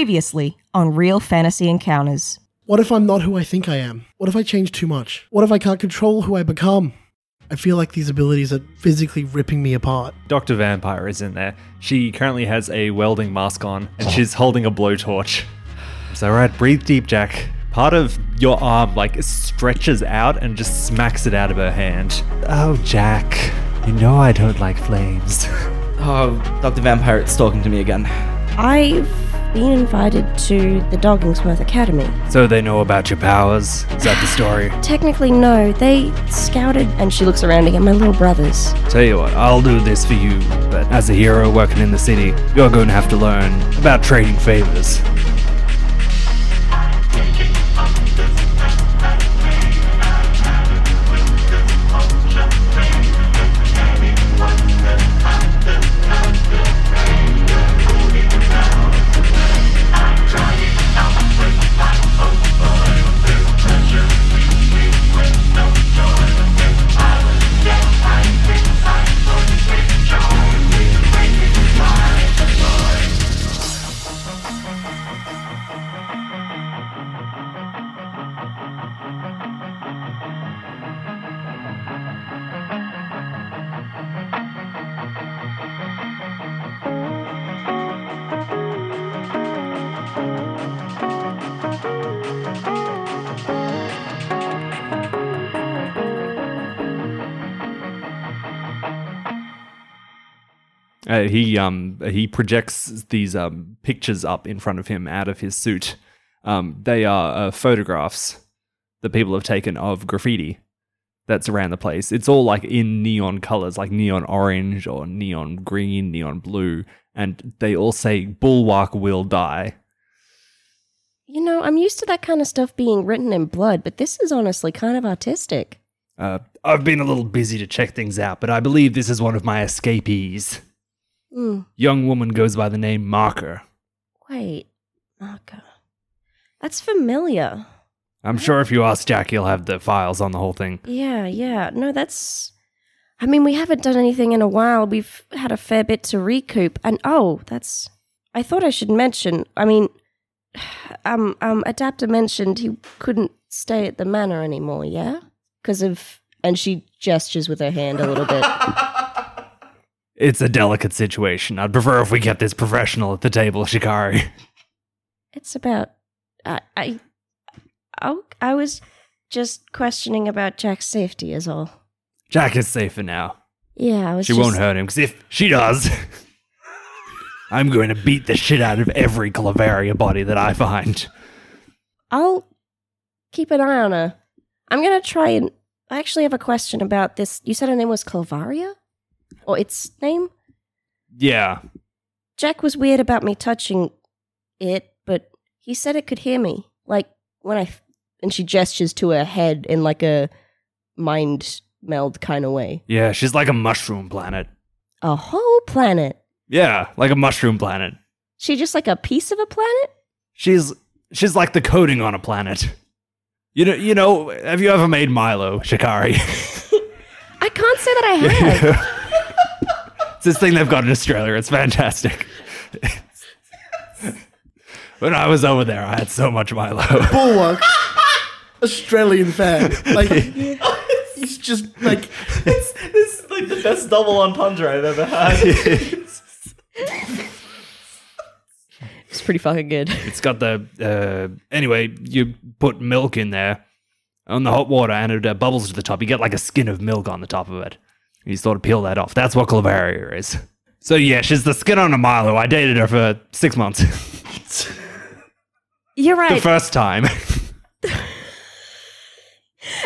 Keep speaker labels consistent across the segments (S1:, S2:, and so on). S1: Previously on Real Fantasy Encounters.
S2: What if I'm not who I think I am? What if I change too much? What if I can't control who I become? I feel like these abilities are physically ripping me apart.
S3: Dr. Vampire is in there. She currently has a welding mask on and she's holding a blowtorch. It's all right, breathe deep, Jack. Part of your arm like stretches out and just smacks it out of her hand. Oh, Jack, you know I don't like flames.
S4: Oh, Dr. Vampire, it's talking to me again.
S5: I've been invited to the Doggingsworth Academy.
S3: so they know about your powers. Is that the story?
S5: Technically, no, they scouted, and she looks around again, my little brothers.
S3: Tell you what, I'll do this for you, but as a hero working in the city, you're going to have to learn about trading favors. Uh, he um he projects these um pictures up in front of him out of his suit. Um, they are uh, photographs that people have taken of graffiti that's around the place. It's all like in neon colors, like neon orange or neon green, neon blue, and they all say "Bulwark will die."
S5: You know, I'm used to that kind of stuff being written in blood, but this is honestly kind of artistic.
S3: Uh, I've been a little busy to check things out, but I believe this is one of my escapees.
S5: Hmm,
S3: Young woman goes by the name Marker.
S5: wait. Marker. That's familiar.
S3: I'm sure if you ask Jack, he'll have the files on the whole thing.
S5: Yeah, yeah. No, that's. I mean, we haven't done anything in a while. We've had a fair bit to recoup, and oh, that's. I thought I should mention. I mean, um, um, Adapter mentioned he couldn't stay at the manor anymore. Yeah, because of. And she gestures with her hand a little bit.
S3: It's a delicate situation. I'd prefer if we kept this professional at the table, Shikari.
S5: It's about. I. I. Oh, I was just questioning about Jack's safety, is all.
S3: Jack is safe for now.
S5: Yeah, I was.
S3: She
S5: just-
S3: won't hurt him, because if she does, I'm going to beat the shit out of every Clavaria body that I find.
S5: I'll keep an eye on her. I'm gonna try and. I actually have a question about this. You said her name was Calvaria, or its name.
S3: Yeah.
S5: Jack was weird about me touching it, but he said it could hear me. Like when I f- and she gestures to her head in like a mind meld kind of way.
S3: Yeah, she's like a mushroom planet.
S5: A whole planet.
S3: Yeah, like a mushroom planet.
S5: She just like a piece of a planet.
S3: She's she's like the coating on a planet. You know, you know, have you ever made Milo, Shikari?
S5: I can't say that I have.
S3: it's this thing they've got in Australia. It's fantastic. when I was over there, I had so much Milo.
S2: Bulwark, Australian fan. Like, it's just like,
S4: This is like the best double entendre I've ever had.
S5: it's pretty fucking good.
S3: it's got the. Uh, anyway, you put milk in there on the hot water and it uh, bubbles to the top. You get like a skin of milk on the top of it. You sort of peel that off. That's what Clavaria is. So, yeah, she's the skin on a Milo. I dated her for six months.
S5: You're
S3: the
S5: right.
S3: first time.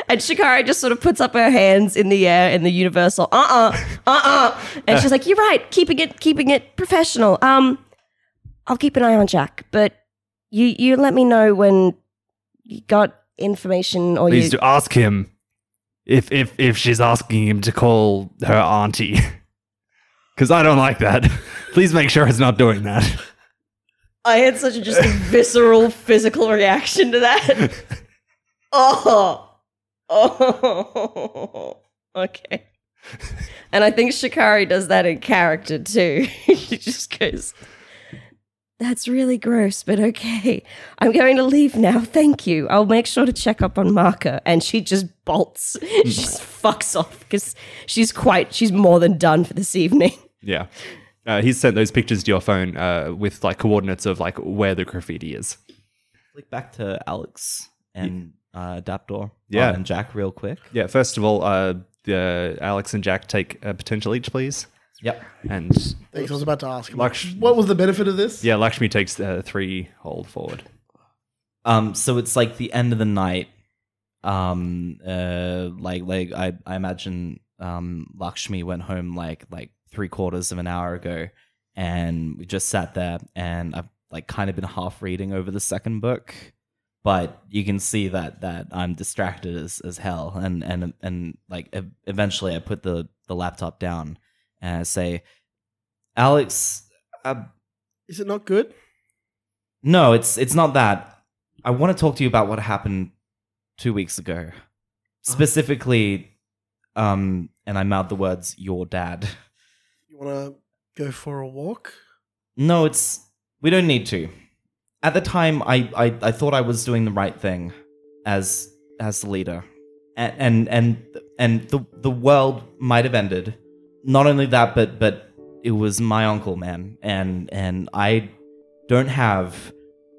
S5: And Shikari just sort of puts up her hands in the air in the universal, uh uh, uh uh. And she's like, You're right, keeping it keeping it professional. Um I'll keep an eye on Jack, but you you let me know when you got information or
S3: Please do
S5: you
S3: ask him if if if she's asking him to call her auntie. Because I don't like that. Please make sure it's not doing that.
S5: I had such a just a visceral physical reaction to that. oh. Oh. Okay. And I think Shikari does that in character too. she just goes, That's really gross, but okay. I'm going to leave now. Thank you. I'll make sure to check up on Marka. And she just bolts. she just fucks off because she's quite, she's more than done for this evening.
S3: Yeah. Uh, he's sent those pictures to your phone uh, with like coordinates of like where the graffiti is.
S4: Flick back to Alex and uh, Dapdoor.
S3: Yeah.
S4: and Jack real quick.
S3: Yeah. First of all, uh, the Alex and Jack take a potential each, please.
S4: Yep.
S3: And
S2: Thanks. I was about to ask. I'm
S3: Lux-
S2: like, what was the benefit of this?
S3: yeah, Lakshmi takes uh, three hold forward.
S4: Um, so it's like the end of the night. Um, uh, like like I, I imagine um Lakshmi went home like like three quarters of an hour ago, and we just sat there, and I've like kind of been half reading over the second book, but you can see that that I'm distracted as as hell, and and and like ev- eventually I put the the laptop down and I say, Alex, uh,
S2: Is it not good?
S4: no, it's it's not that. I want to talk to you about what happened two weeks ago, specifically. Um, and I mouth the words "your dad."
S2: You want to go for a walk?
S4: No, it's we don't need to. At the time, I I, I thought I was doing the right thing as as the leader, and and and, and the the world might have ended. Not only that, but but it was my uncle, man, and and I don't have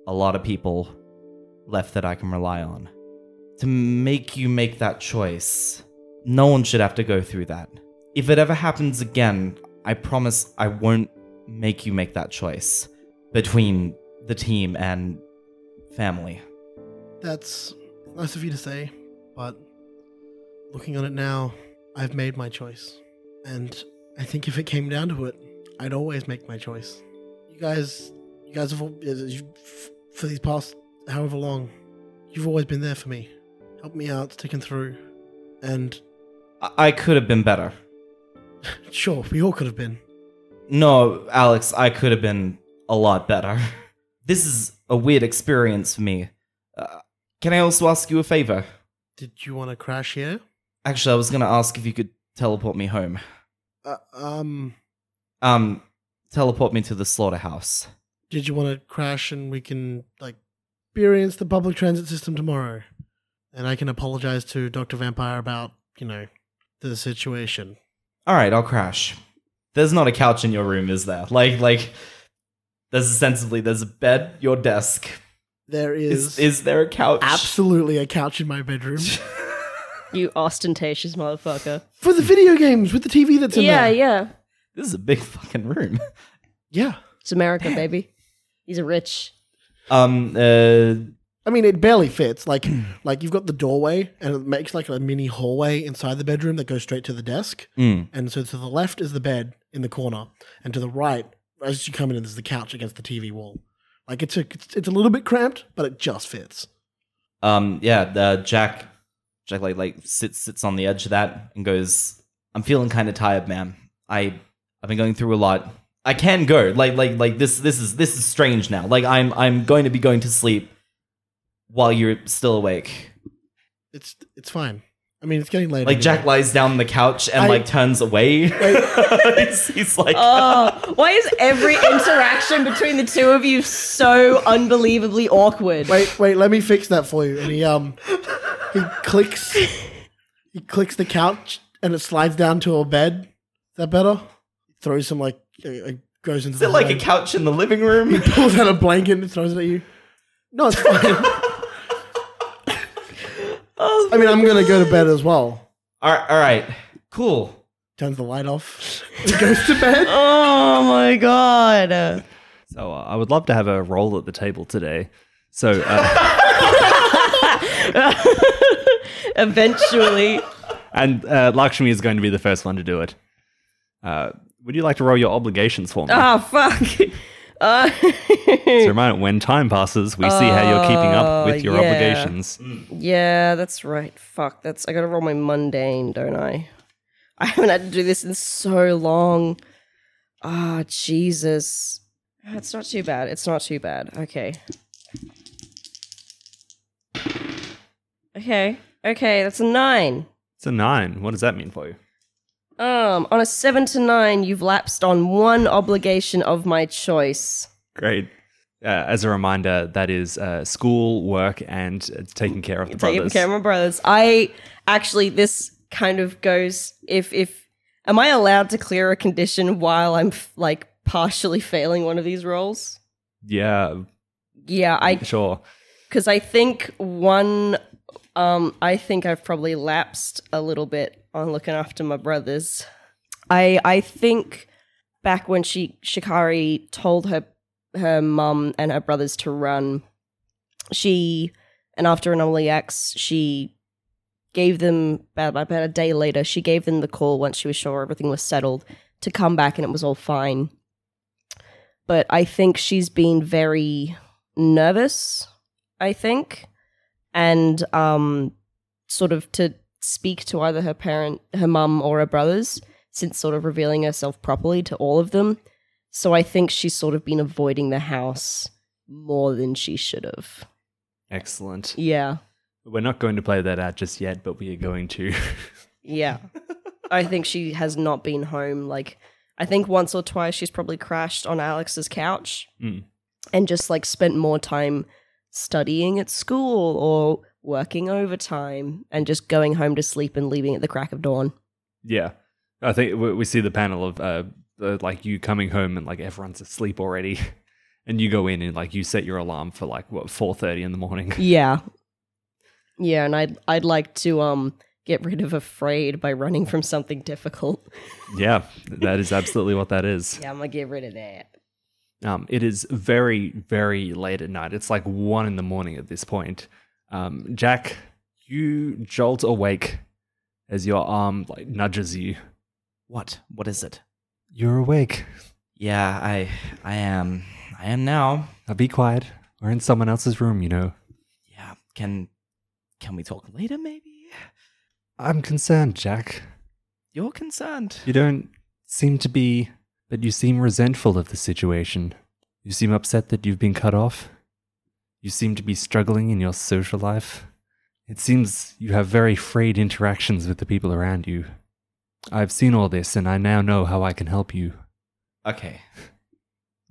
S4: a lot of people left that I can rely on to make you make that choice. No one should have to go through that. If it ever happens again, I promise I won't make you make that choice between the team and family.
S2: That's nice of you to say, but looking on it now, I've made my choice. And I think if it came down to it, I'd always make my choice. You guys, you guys have, al- you- for these past however long, you've always been there for me. Helped me out, sticking through. And
S4: I, I could have been better.
S2: sure, we all could have been.
S4: No, Alex, I could have been a lot better. This is a weird experience for me. Uh, can I also ask you a favor?
S2: Did you want to crash here?
S4: Actually, I was going to ask if you could teleport me home.
S2: Uh, um,
S4: Um, teleport me to the slaughterhouse.
S2: did you want to crash and we can like experience the public transit system tomorrow and i can apologize to dr vampire about you know the situation
S4: All right, I'll crash. There's not a couch in your room, is there? Like, like, there's sensibly there's a bed, your desk.
S2: there
S4: Is
S2: is,
S4: is there a couch?
S2: absolutely a couch in my bedroom
S5: You ostentatious motherfucker.
S2: for the video games with the tv that's in
S5: yeah,
S2: there
S5: yeah.
S4: This is a big fucking room.
S2: yeah
S5: It's America, baby. He's a rich.
S4: Um, uh,
S2: i mean it barely fits like like you've got the doorway and it makes like a mini hallway inside the bedroom that goes straight to the desk
S4: mm,
S2: and so to the left is the bed in the corner and to the right as you come in there's the couch against the tv wall like it's a it's, it's a little bit cramped but it just fits
S4: um, yeah. Uh, Jack, Jack, like, like sits sits on the edge of that and goes, "I'm feeling kind of tired, man. I I've been going through a lot. I can go. Like, like, like this. This is this is strange now. Like, I'm I'm going to be going to sleep while you're still awake."
S2: It's it's fine. I mean, it's getting late.
S4: Like Jack lies down on the couch and
S2: I-
S4: like turns away. he's, he's like,
S5: Oh, why is every interaction between the two of you so unbelievably awkward?
S2: Wait, wait. Let me fix that for you. And he um, he clicks, he clicks the couch, and it slides down to a bed. Is that better? Throws some like uh, uh, goes into
S4: is
S2: the
S4: it like a
S2: bed,
S4: couch in the living room?
S2: pulls out a blanket and throws it at you. No, it's fine. I mean, I'm gonna go to bed as well.
S4: all right, all right, cool.
S2: Turns the light off. and goes to bed.
S5: Oh my god.
S3: So uh, I would love to have a roll at the table today. So uh,
S5: Eventually.
S3: and uh, Lakshmi is going to be the first one to do it. Uh, would you like to roll your obligations for me?
S5: Ah, fuck. Uh,
S3: So remind when time passes, we see how you're keeping up with your
S5: Oh, yeah.
S3: obligations.
S5: yeah, that's right. Fuck. That's I gotta roll my mundane, don't I? I haven't had to do this in so long. Ah, Jesus. It's not too bad. It's not too bad. Okay. Okay. Okay, that's a nine.
S3: It's a nine. What does that mean for you?
S5: Um, on a seven to nine, you've lapsed on one obligation of my choice.
S3: Great. Uh, as a reminder, that is uh, school, work, and uh, taking care of the
S5: Taking
S3: brothers.
S5: care of my brothers. I actually this kind of goes if if am I allowed to clear a condition while I'm f- like partially failing one of these roles?
S3: yeah,
S5: Yeah, I
S3: sure.
S5: because I think one um I think I've probably lapsed a little bit on looking after my brothers. I I think back when she Shikari told her her mum and her brothers to run, she and after Anomaly X, she gave them about, about a day later, she gave them the call once she was sure everything was settled to come back and it was all fine. But I think she's been very nervous, I think, and um, sort of to speak to either her parent, her mum, or her brothers since sort of revealing herself properly to all of them. So I think she's sort of been avoiding the house more than she should have.
S3: Excellent.
S5: Yeah.
S3: We're not going to play that out just yet, but we are going to.
S5: Yeah. I think she has not been home. Like, I think once or twice she's probably crashed on Alex's couch
S3: Mm.
S5: and just like spent more time studying at school or working overtime and just going home to sleep and leaving at the crack of dawn.
S3: yeah, I think we, we see the panel of uh, uh, like you coming home and like everyone's asleep already, and you go in and like you set your alarm for like what four thirty in the morning.
S5: Yeah. Yeah, and I'd I'd like to um get rid of afraid by running from something difficult.
S3: yeah, that is absolutely what that is.
S5: Yeah, I'm gonna get rid of that.
S3: Um, it is very, very late at night. It's like one in the morning at this point. Um, Jack, you jolt awake as your arm like nudges you.
S4: What? What is it?
S3: You're awake.
S4: Yeah, I I am. I am now.
S3: Now be quiet. We're in someone else's room, you know.
S4: Yeah. Can can we talk later maybe?
S3: I'm concerned, Jack.
S4: You're concerned.
S3: You don't seem to be, but you seem resentful of the situation. You seem upset that you've been cut off. You seem to be struggling in your social life. It seems you have very frayed interactions with the people around you. I've seen all this and I now know how I can help you.
S4: Okay.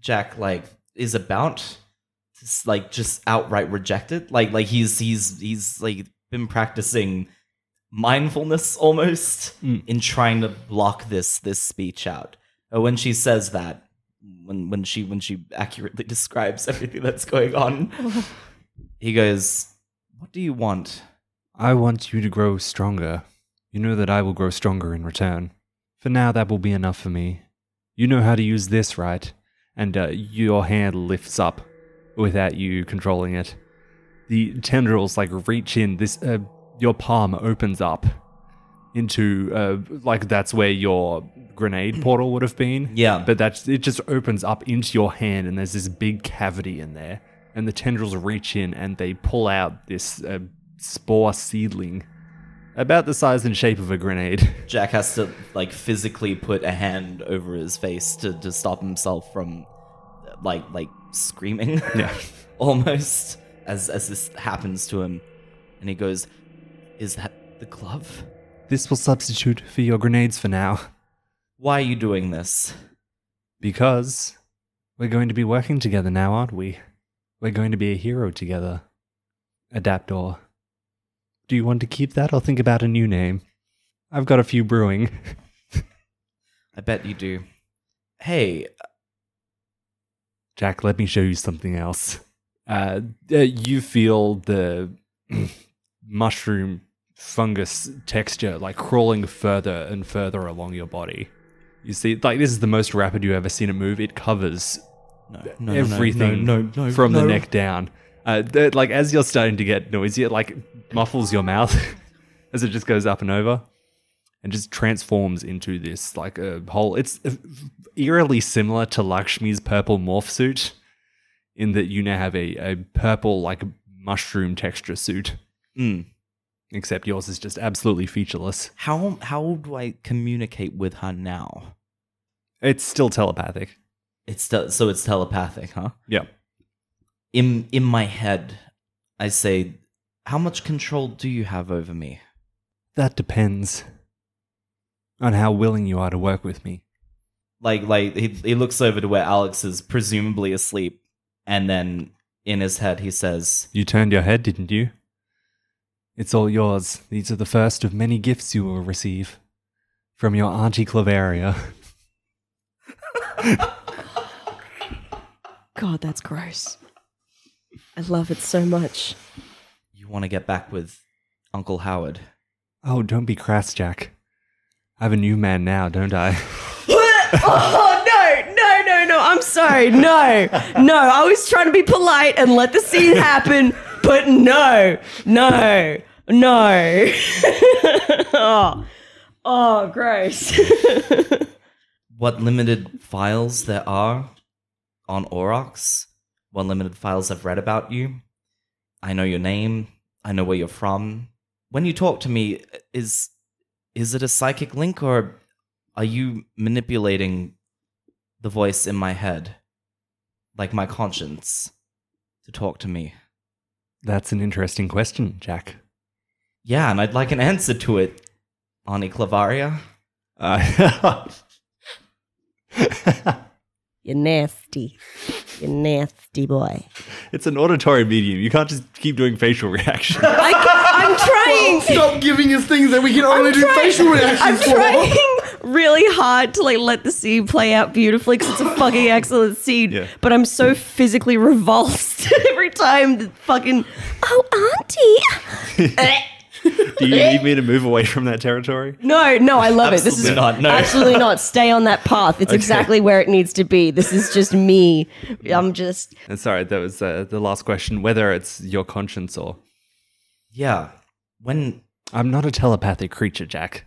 S4: Jack like is about to s- like just outright reject it. Like like he's he's he's like been practicing mindfulness almost
S3: Mm.
S4: in trying to block this this speech out. Uh, when she says that, when when she when she accurately describes everything that's going on, he goes, "What do you want?"
S3: I want you to grow stronger. You know that I will grow stronger in return. For now, that will be enough for me. You know how to use this, right? And uh, your hand lifts up without you controlling it. The tendrils like reach in. This uh, your palm opens up into uh, like that's where your grenade portal would have been.
S4: Yeah.
S3: but that's it. Just opens up into your hand, and there's this big cavity in there. And the tendrils reach in and they pull out this uh, spore seedling, about the size and shape of a grenade.
S4: Jack has to like physically put a hand over his face to, to stop himself from like like screaming.
S3: Yeah.
S4: Almost as as this happens to him. And he goes, Is that the glove?
S3: This will substitute for your grenades for now,
S4: Why are you doing this?
S3: because we're going to be working together now, aren't we? We're going to be a hero together. Adaptor. Do you want to keep that or think about a new name? I've got a few brewing.
S4: I bet you do. Hey,
S3: Jack, let me show you something else. Uh, uh, you feel the mushroom fungus texture like crawling further and further along your body. You see, like this is the most rapid you've ever seen it move. It covers
S4: no, no, no,
S3: everything
S4: no, no, no,
S3: from the
S4: no.
S3: neck down. Uh, th- like as you're starting to get noisy, it like muffles your mouth as it just goes up and over, and just transforms into this like a whole. It's eerily similar to Lakshmi's purple morph suit, in that you now have a, a purple like mushroom texture suit,
S4: Mm.
S3: except yours is just absolutely featureless.
S4: How how do I communicate with her now?
S3: It's still telepathic.
S4: It's te- so it's telepathic, huh?
S3: Yeah.
S4: in in my head i say how much control do you have over me
S3: That depends on how willing you are to work with me.
S4: like like he, he looks over to where alex is presumably asleep and then in his head he says,
S3: You turned your head, didn't you? It's all yours. These are the first of many gifts you will receive from your Auntie Claveria.
S5: God, that's gross. I love it so much.
S4: "You want to get back with Uncle Howard."
S3: Oh, don't be crass, Jack. I have a new man now, don't I?
S5: oh no, no, no, no! I'm sorry. No, no. I was trying to be polite and let the scene happen, but no, no, no. oh, oh, gross.
S4: What limited files there are on Aurochs? What limited files I've read about you? I know your name. I know where you're from. When you talk to me, is is it a psychic link or are you manipulating the voice in my head, like my conscience, to talk to me?
S3: That's an interesting question, Jack.
S4: Yeah, and I'd like an answer to it, Ani Clavaria.
S3: Uh,
S5: You're nasty. You're nasty boy.
S3: it's an auditory medium. You can't just keep doing facial reactions.
S5: I, I'm trying.
S2: Stop giving us things that we can only do facial
S5: I'm
S2: reactions for.
S5: trying really hard to like let the scene play out beautifully because it's a fucking excellent scene.
S3: Yeah.
S5: But I'm so physically revulsed every time the fucking oh auntie. Eh.
S3: Do you need me to move away from that territory?
S5: no, no, I love it. This is
S4: Absolutely not, no.
S5: absolutely not. Stay on that path. It's exactly where it needs to be. This is just me. I'm just
S3: And sorry, that was uh, the last question whether it's your conscience or.
S4: Yeah. When
S3: I'm not a telepathic creature, Jack.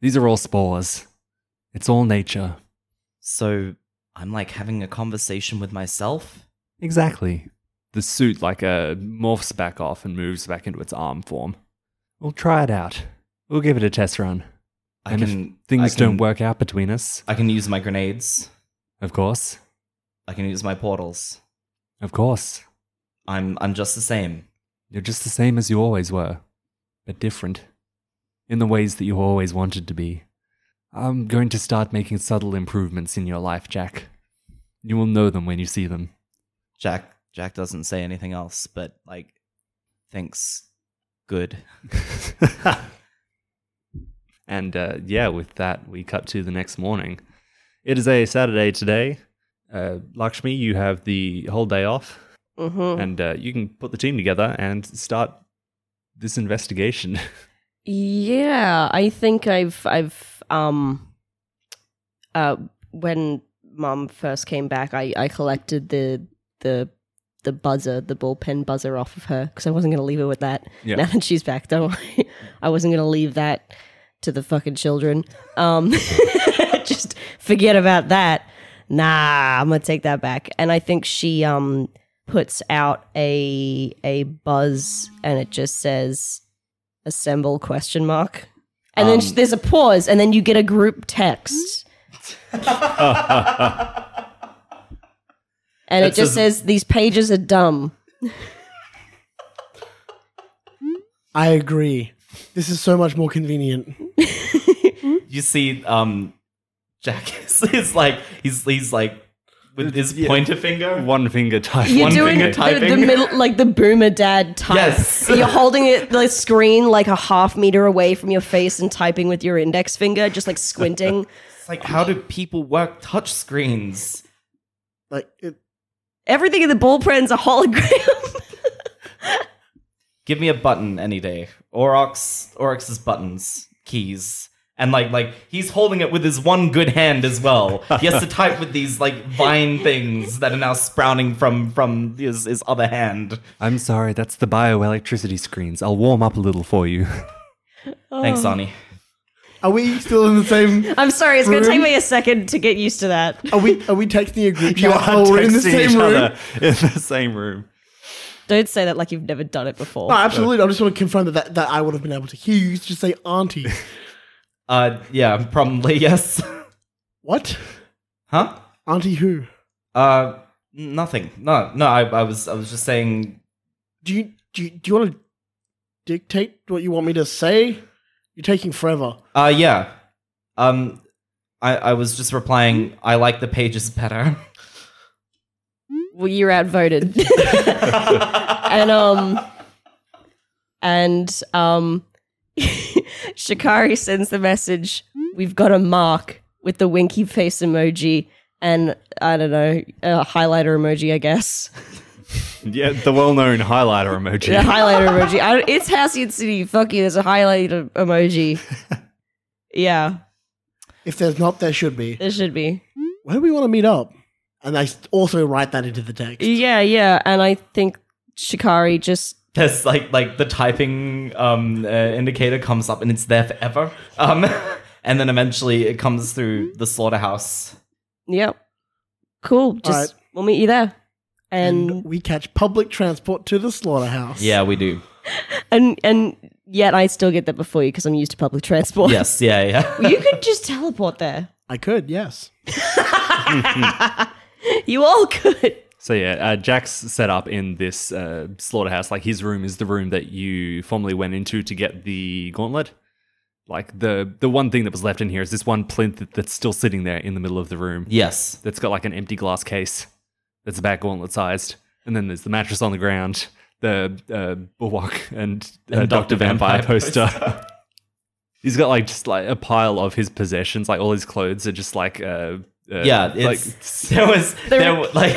S3: These are all spores. It's all nature.
S4: so I'm like having a conversation with myself.
S3: Exactly. The suit like uh, morphs back off and moves back into its arm form. We'll try it out. We'll give it a test run.
S4: I
S3: and
S4: can
S3: if things
S4: I can-
S3: don't work out between us,
S4: I can use my grenades.
S3: of course,
S4: I can use my portals.
S3: of course,
S4: I'm I'm just the same.
S3: you're just the same as you always were, but different, in the ways that you always wanted to be. I'm going to start making subtle improvements in your life, Jack. You will know them when you see them.
S4: Jack Jack doesn't say anything else, but like thinks good.
S3: and uh, yeah, with that, we cut to the next morning. It is a Saturday today. Uh, Lakshmi, you have the whole day off,
S5: mhm.
S3: and uh, you can put the team together and start this investigation.
S5: Yeah, I think I've I've um uh when mom first came back, I I collected the the the buzzer, the bullpen buzzer off of her because I wasn't going to leave her with that.
S3: Yeah.
S5: Now that she's back, don't worry. I wasn't going to leave that to the fucking children. Um just forget about that. Nah, I'm going to take that back. And I think she um puts out a a buzz and it just says assemble question mark and then sh- there's a pause and then you get a group text and it
S4: That
S5: just
S4: says-
S5: says these pages are dumb
S2: I agree. This is so much more convenient.
S4: You see, um Jack is, is like he's he's like with his pointer finger.
S3: One finger type.
S5: you're
S3: one
S5: doing
S3: finger
S5: the, the middle like the boomer dad type
S4: Yes.
S5: you're holding it the screen like a half meter away from your face and typing with your index finger just like squinting
S4: It's like how do people work touch screens?
S2: Like it,
S5: everything in the bullpen's a hologram
S4: Give me a button any day. Orox Orox's buttons, keys. And like like he's holding it with his one good hand as well. He has to type with these like vine things that are now sprouting from from his, his other hand.
S3: I'm sorry, that's the bioelectricity screens. I'll warm up a little for you.
S4: Thanks, Ani.
S2: are we still in the same?
S5: i'm sorry it's going to
S2: Room?
S5: take me a second to get used to that
S2: Are we? Are we texting a group?
S3: You
S2: chat
S3: are
S2: while we're in the
S3: texting
S2: same
S3: each
S2: room.
S3: other in the same room.
S5: don't say that like you've never done it before
S2: No, absolutely. I just want to confirm that, that that I would have been able to hear you just say auntie.
S4: Uh yeah, probably yes.
S2: what?
S4: huh?
S2: Auntie who?
S4: Uh nothing. No, no, I, I was I was just saying
S2: Do you do you, do you want to dictate what you want me to say? You're taking forever.
S4: uh yeah. Um I, I was just replying, I like the pages better.
S6: well, you're outvoted. and um and um Shikari sends the message, we've got a mark with the winky face emoji and I don't know, a highlighter emoji, I guess.
S3: Yeah, the well-known highlighter emoji.
S6: A highlighter emoji. I don't, it's Halcyon City. Fuck you. There's a highlighter emoji. Yeah,
S2: If there's not, there should be.
S6: there should be.
S2: Where do we want to meet up? And I s- also write that into the text.
S6: Yeah, yeah. And I think Shikari just
S4: There's like like the typing um, uh, indicator comes up and it's there forever. Um, and then eventually it comes through the slaughterhouse.
S6: Yep. Cool. Just we'll meet you there.
S2: And
S6: And
S2: we catch public transport to the slaughterhouse.
S4: Yeah, we do.
S6: and and yet I still get that before you because I'm used to public transport.
S4: Yes, yeah, yeah.
S6: you could just teleport there.
S2: I could, yes.
S6: You all could.
S3: So yeah, uh, Jack's set up in this uh, slaughterhouse. Like his room is the room that you formerly went into to get the gauntlet. Like the the one thing that was left in here is this one plinth that, that's still sitting there in the middle of the room.
S4: yes.
S3: That's got like an empty glass case that's about gauntlet sized, and then there's the mattress on the ground, the uh, bulwark, and, uh, Doctor Vampire, poster. He's got like just like a pile of his possessions. Like all his clothes are just like uh, uh,
S4: yeah,
S3: like
S4: it's, there was there wa- like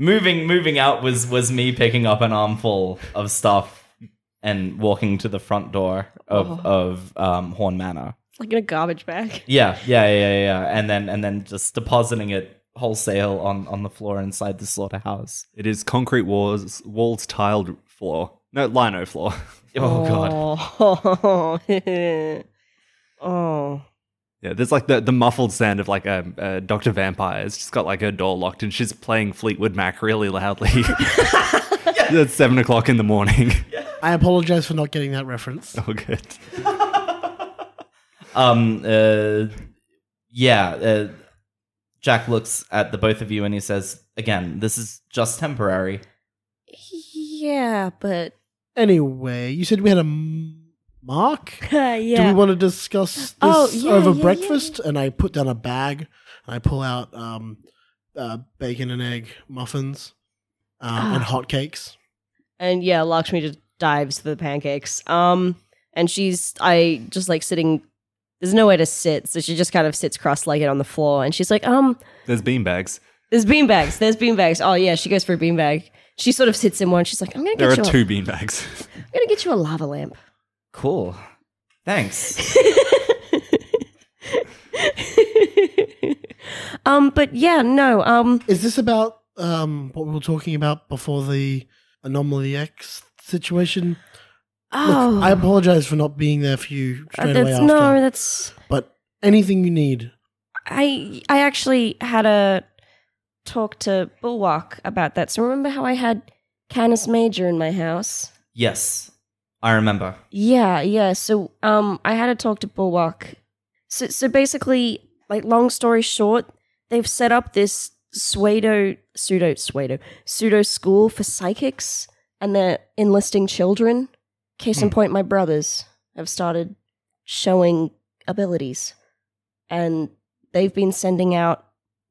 S4: moving moving out was was me picking up an armful of stuff and walking to the front door of of um, Horn Manor.
S6: Like in a garbage bag.
S4: Yeah, yeah, yeah, yeah, yeah, and then and then just depositing it wholesale on on the floor inside the slaughterhouse.
S3: It is concrete walls, walls tiled floor. No, lino floor.
S4: Oh, god.
S6: Oh. oh.
S3: Yeah, there's like the, the muffled sound of like um, uh, Dr. Vampire's just got like her door locked and she's playing Fleetwood Mac really loudly. It's seven o'clock in the morning.
S2: I apologize for not getting that reference.
S3: Oh, good.
S4: Um. Uh. Yeah. Uh, Jack looks at the both of you and he says, "Again, this is just temporary."
S5: Yeah, but
S2: Anyway, you said we had a m- mark? Do
S5: yeah.
S2: we want to discuss this
S5: Oh, yeah,
S2: over
S5: yeah, yeah,
S2: breakfast? And I put down a bag and I pull out um, uh, bacon and egg muffins um, and hotcakes.
S6: And yeah, Lakshmi just dives for the pancakes. Um, and she's I just like sitting. There's nowhere to sit, so she just kind of sits cross-legged on the floor, and she's like, um,
S3: There's beanbags.
S6: there's beanbags. There's beanbags. Oh yeah, she goes for a beanbag. She sort of sits in one. She's like, I'm gonna
S3: There
S6: get
S3: are
S6: you.
S3: two
S6: A,
S3: beanbags.
S6: I'm gonna get you a lava lamp.
S4: Cool. Thanks.
S5: um, but yeah, no. Um,
S2: Is this about um, what we were talking about before the Anomaly X situation?
S5: oh,
S2: Look, I apologize for not being there for you
S5: uh,
S2: straight away
S5: that's
S2: after.
S5: no, that's
S2: but anything you need,
S5: I. I actually had a talk to Bulwark about that. So remember how I had Canis Major in my house?
S4: yes, I remember.
S5: Yeah, yeah. So um I had a talk to Bulwark. So so basically, like long story short, they've set up this pseudo pseudo pseudo pseudo school for psychics and they're enlisting children. Case in point, my brothers have started showing abilities. And they've been sending out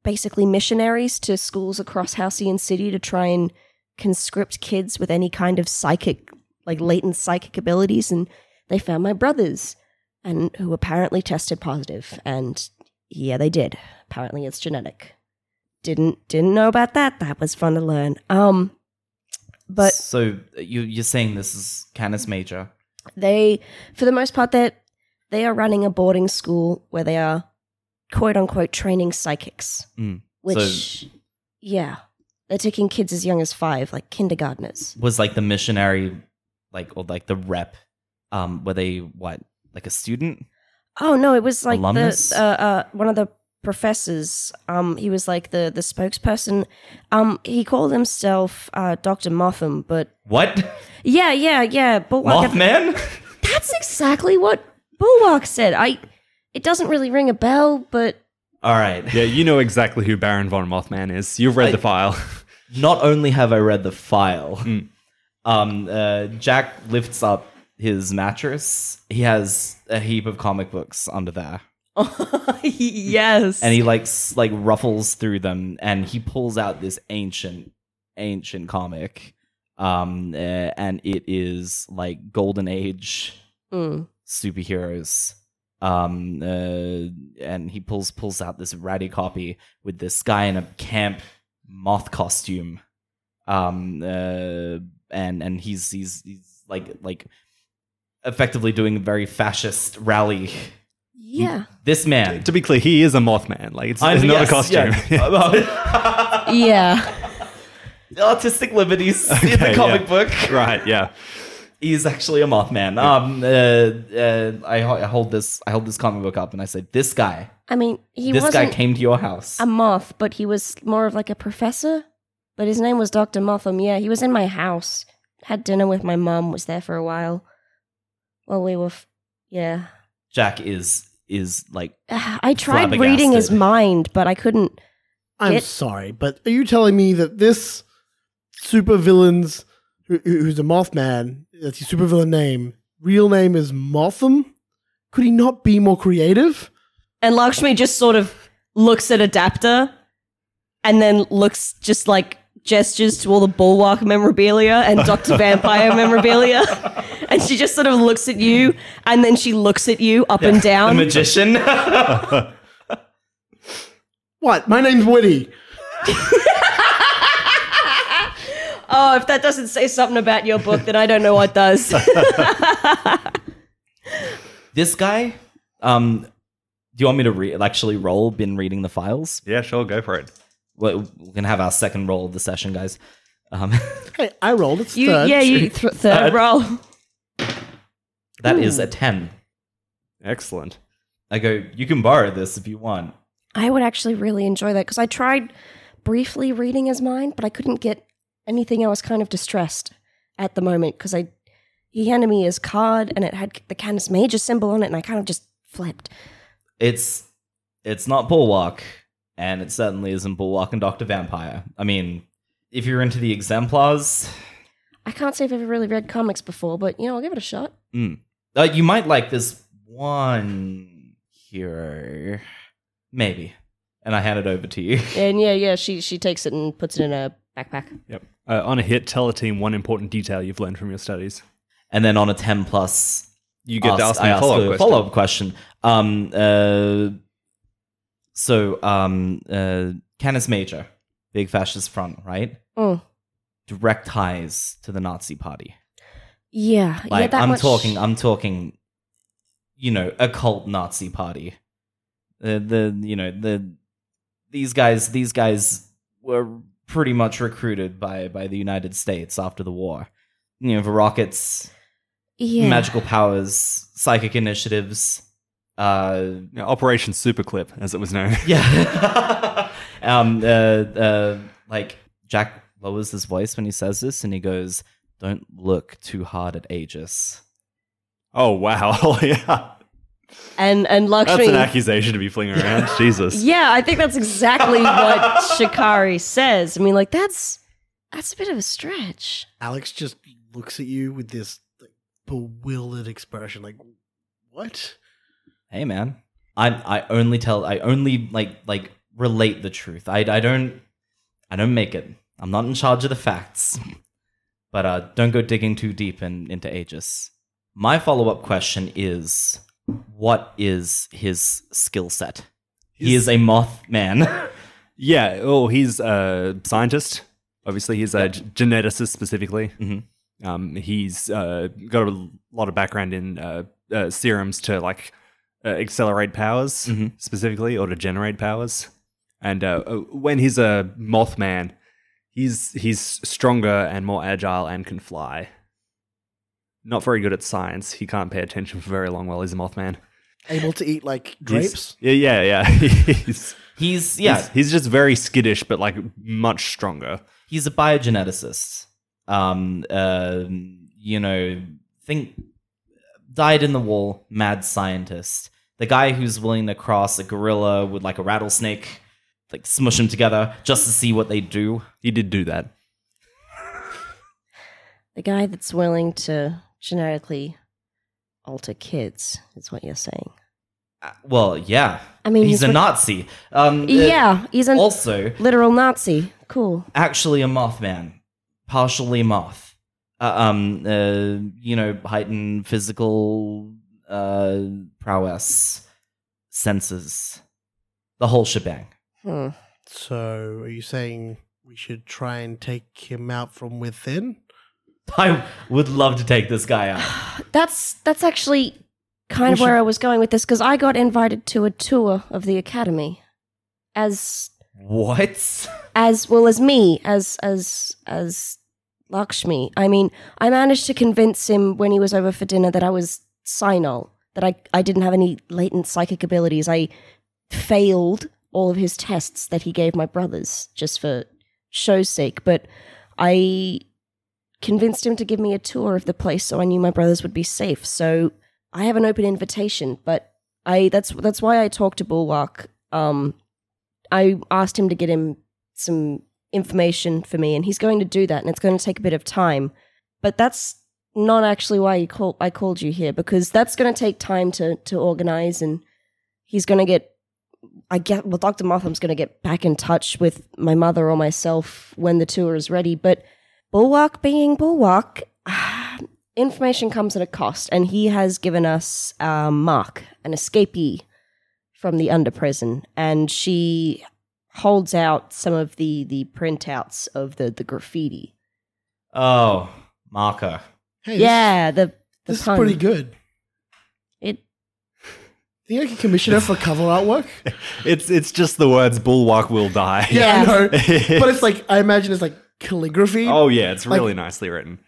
S5: basically missionaries to schools across Halcyon City to try and conscript kids with any kind of psychic like latent psychic abilities and they found my brothers and who apparently tested positive and yeah they did apparently it's genetic didn't didn't know about that that was fun to learn um but
S4: so uh, you you're saying this is Canis Major.
S5: they for the most part they they are running a boarding school where they are quote unquote training psychics
S4: Mm.
S5: which
S4: So-
S5: yeah they're taking kids as young as 5 like kindergartners
S4: was like the missionary like or like the rep um were they what like a student
S5: Oh no, it was like
S4: Alumnus?
S5: the uh, uh, one of the professors. Um, he was like the the spokesperson. Um, he called himself uh, Doctor Motham, but
S4: what
S5: yeah, yeah, yeah. Bulwark.
S4: mothman
S5: That's exactly what Bulwark said. I. It doesn't really ring a bell, but
S4: all right
S3: Yeah, you know exactly who Baron von Mothman is. You've read
S4: I-
S3: the file.
S4: not only have i read the file
S3: Mm.
S4: um uh, jack lifts up his mattress he has a heap of comic books under there
S6: yes.
S4: and he like s- like ruffles through them and he pulls out this ancient ancient comic, um, uh, and it is like golden age
S6: Mm.
S4: superheroes. Um, uh, and he pulls pulls out this ratty copy with this guy in a camp moth costume. Um, uh, and and he's he's he's like like effectively doing a very fascist rally.
S5: Yeah.
S4: This man,
S3: To be clear, he is a Mothman. Like it's,
S4: I'm-
S3: it's not
S4: yes,
S3: a costume.
S4: yeah.
S6: Yeah.
S4: Artistic liberties in
S3: Okay,
S4: the
S3: yeah.
S4: comic book.
S3: right? Yeah.
S4: He's actually a Mothman. Um, uh, uh, I, ho- I hold this. I hold this comic book up, and I say, "This guy.
S5: I mean, he
S4: this guy
S5: wasn't
S4: came to your house.
S5: a moth, but he was more of like a professor. But his name was Dr. Motham. Yeah, he was in my house. Had dinner with my mum, was there for a while. Well, we were. F- yeah.
S4: Jack is is like
S5: I tried reading his
S4: Flabbergasted.
S5: mind, but I couldn't.
S2: I'm
S5: It-
S2: sorry, but are you telling me that this supervillain's who, who- who's a Mothman, that's his supervillain name, real name is Motham? Could he not be more creative?
S6: And Lakshmi just sort of looks at Adapter and then looks just like gestures to all the Bulwark memorabilia and Dr. Vampire memorabilia. And she just sort of looks at you and then she looks at you up and
S4: a
S6: down.
S4: magician.
S2: What? My name's Woody.
S6: Oh, if that doesn't say something about your book, then I don't know what does.
S4: this guy. Um, do you want me to re- actually roll? Been reading the files.
S3: Yeah, sure. Go for it.
S4: We're, we're gonna have our second roll of the session, guys. Um,
S2: Hey, I rolled. It's
S6: you,
S2: third.
S6: yeah, you th- third roll.
S4: that is a ten.
S3: Excellent.
S4: I go. You can borrow this if you want.
S5: I would actually really enjoy that because I tried briefly reading his mind, but I couldn't get anything. I was kind of distressed at the moment because I he handed me his card and it had the Canis Major symbol on it, and I kind of just flipped.
S4: it's it's not Bulwark, and it certainly isn't Bulwark and Doctor Vampire. I mean, if you're into the exemplars,
S5: I can't say I've ever really read comics before, but you know, I'll give it a shot.
S4: uh, you might like this one hero, maybe. And I hand it over to you.
S6: And yeah, yeah, she she takes it and puts it in a backpack.
S3: Yep. Uh, on a hit, tell a team one important detail you've learned from your studies.
S4: And then on a ten plus,
S3: You get to ask me
S4: I
S3: a follow
S4: a
S3: up
S4: follow-up question. Um, uh, so, um, uh, Canis Major, big fascist front, right?
S5: Mm.
S4: Direct ties to the Nazi Party.
S5: Yeah, yeah,
S4: Like
S5: that
S4: I'm
S5: much-
S4: talking, I'm talking, you know, occult Nazi party. The the you know the these guys these guys were pretty much recruited by by the United States after the war. You know, for rockets,
S5: yeah.
S4: magical powers, psychic initiatives. Uh,
S3: Operation Superclip, as it was known.
S4: yeah. um, uh, uh, like Jack lowers his voice when he says this, and he goes, "Don't look too hard at Aegis."
S3: Oh wow! yeah,
S6: And and
S3: that's
S6: Lakshmi
S3: an accusation to be flinging around. Jesus.
S6: Yeah, I think that's exactly what Shikari says. I mean, like that's
S5: That's a bit of a stretch.
S2: Alex just looks at you with this like, bewildered expression, like, what?
S4: hey man i i only tell i only like like relate the truth i i don't i don't make it i'm not in charge of the facts but uh don't go digging too deep in, into aegis my follow-up question is what is his skill set he is a moth man
S3: Yeah. Oh, he's a scientist. Obviously, he's a
S4: Yep.
S3: g- geneticist specifically.
S4: Mhm.
S3: Um, he's uh, got a lot of background in uh, uh, serums to like uh, accelerate powers
S4: Mhm.
S3: specifically, or to generate powers. And uh, uh, when he's a Mothman, he's he's stronger and more agile and can fly. Not very good at science. He can't pay attention for very long while he's a Mothman.
S2: Able to eat like
S3: He's-
S2: grapes?
S3: Yeah, yeah, yeah. he's,
S4: he's yeah
S3: he's, he's just very skittish, but like much stronger.
S4: he's a biogeneticist. Um, uh, you know, think died in the wall, mad scientist, the guy who's willing to cross a gorilla with like a rattlesnake, like smush them together just to see what they do.
S3: He did do that.
S5: The guy that's willing to genetically alter kids is what you're saying.
S4: Uh, Well, yeah,
S5: I mean,
S4: he's a
S5: with-
S4: Nazi. Um, uh,
S5: Yeah, he's a
S4: also,
S5: literal Nazi. Cool.
S4: actually a Mothman, partially Moth. Uh, um, uh, you know, heightened physical uh, prowess, senses, the whole shebang.
S6: Hmm.
S2: So, are you saying we should try and take him out from within?
S4: I would love to take this guy out.
S5: That's that's actually kind of
S2: We
S5: where
S2: should-
S5: I was going with this because I got invited to a tour of the academy, as
S4: What?
S5: as well as me as as as Lakshmi. I mean, I managed to convince him when he was over for dinner that I was Sinol, that I I didn't have any latent psychic abilities. I failed all of his tests that he gave my brothers just for show's sake, but I convinced him to give me a tour of the place so I knew my brothers would be safe. So I have an open invitation, but I that's that's why I talked to Bulwark. Um I asked him to get him some information for me, and he's going to do that, and it's going to take a bit of time. But that's not actually why you call, I called you here, because that's going to take time to, to organize, and he's going to get, I get, well, Dr. Motham's going to get back in touch with my mother or myself when the tour is ready. But Bulwark being Bulwark, information comes at a cost, and he has given us uh, Mark, an escapee from the under prison, and she holds out some of the the printouts of the the graffiti.
S4: Oh, marker.
S2: Hey, this-
S5: yeah, the the
S2: this,
S5: pun.
S2: is pretty good.
S5: It
S2: Think I could commission her for cover artwork?
S3: It's it's just the words "Bulwark will die."
S2: Yeah, I
S5: Yeah.
S2: know. but it's like I imagine it's like calligraphy.
S3: oh yeah, it's
S2: Like-
S3: really nicely written.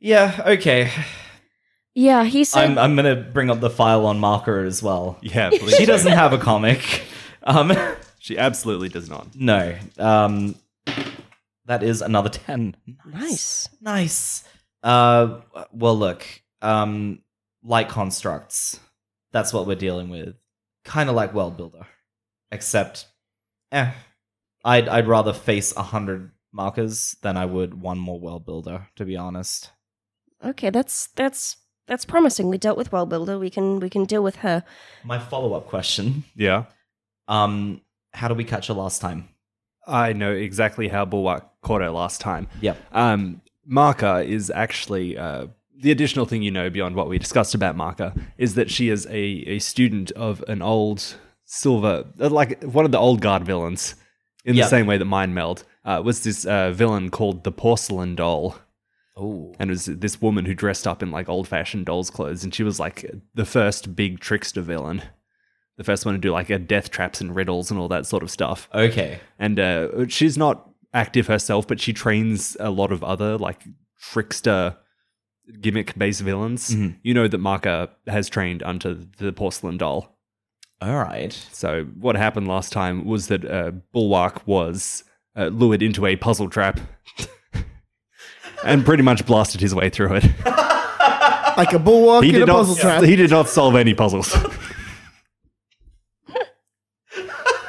S4: Yeah, okay.
S5: yeah, he said
S4: I'm, uh, I'm gonna bring up the file on marker as well.
S3: Yeah,
S4: She doesn't have a comic. Um,
S3: She absolutely does not.
S4: no. Um, that is another 10.
S5: nice.
S4: Nice. Uh, well, look, um, light constructs. That's what we're dealing with. Kind of like World Builder, except, eh, I'd I'd rather face a hundred markers than I would one more World Builder. To be honest,
S5: Okay, that's that's that's promising. We dealt with Well Builder. We can we can deal with her.
S4: my follow up question:
S3: Yeah,
S4: um, How do we catch her last time?
S3: I know exactly how Bulwark caught her last time.
S4: Yep.
S3: Um, Marker is actually uh, the additional thing you know beyond what we discussed about Marker is that she is a, a student of an old silver, uh, like one of the old guard villains, in
S4: Yeah.
S3: the same way that Mind Meld uh, was this uh, villain called the Porcelain Doll.
S4: Oh,
S3: And it was this woman who dressed up in like old fashioned doll's clothes. And she was like the first big trickster villain. The first one to do like a death traps and riddles and all that sort of stuff
S4: okay.
S3: and uh, she's not active herself, but she trains a lot of other like trickster gimmick-based villains.
S2: Mm-hmm.
S4: Mhm.
S3: You know that Marker has trained unto the porcelain doll.
S4: All right.
S3: So what happened last time was that uh, Bulwark was uh, lured into a puzzle trap. and pretty much blasted his way through it.
S2: like a bulwark
S3: He
S2: in a
S3: did not.
S2: puzzle trap.
S3: He did not solve any puzzles.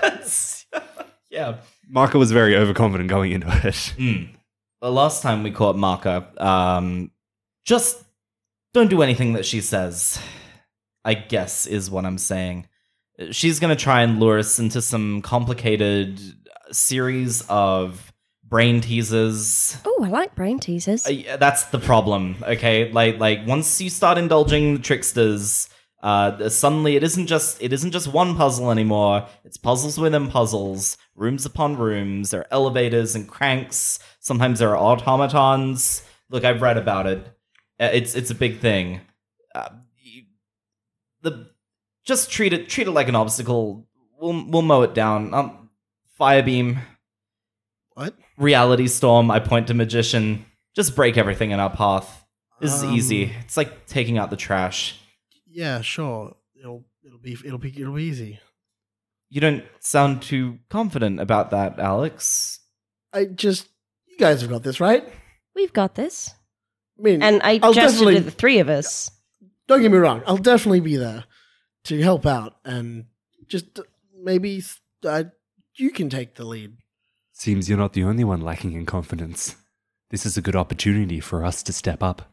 S4: yeah.
S3: Marker was very overconfident going into it.
S4: Mm. The last time we caught Marker, um, just don't do anything that she says, I guess, is what I'm saying. She's going to try and lure us into some complicated series of brain teasers.
S5: Oh, I like brain teasers.
S4: Uh, yeah, that's the problem, okay? Like, like once you start indulging the tricksters, uh, suddenly it isn't just it isn't just one puzzle anymore. It's puzzles within puzzles, rooms upon rooms. There are elevators and cranks. Sometimes there are automatons. Look, I've read about it. Uh, It's it's a big thing. Uh, you- the just treat it treat it like an obstacle. We'll we'll mow it down. Um, fire beam
S2: What?
S4: reality storm. I point to magician. Just break everything in our path. This is
S2: Um,
S4: easy. It's like taking out the trash.
S2: Yeah, sure. It'll it'll be it'll be it'll be easy.
S4: You don't sound too confident about that, Alex.
S2: I just you guys have got this right.
S5: We've got this.
S2: I mean,
S6: And I
S2: I'll
S6: gestured
S2: definitely-
S6: to the three of us.
S2: don't get me wrong. I'll definitely be there to help out and just maybe s- I, you can take the lead.
S3: Seems you're not the only one lacking in confidence. This is a good opportunity for us to step up.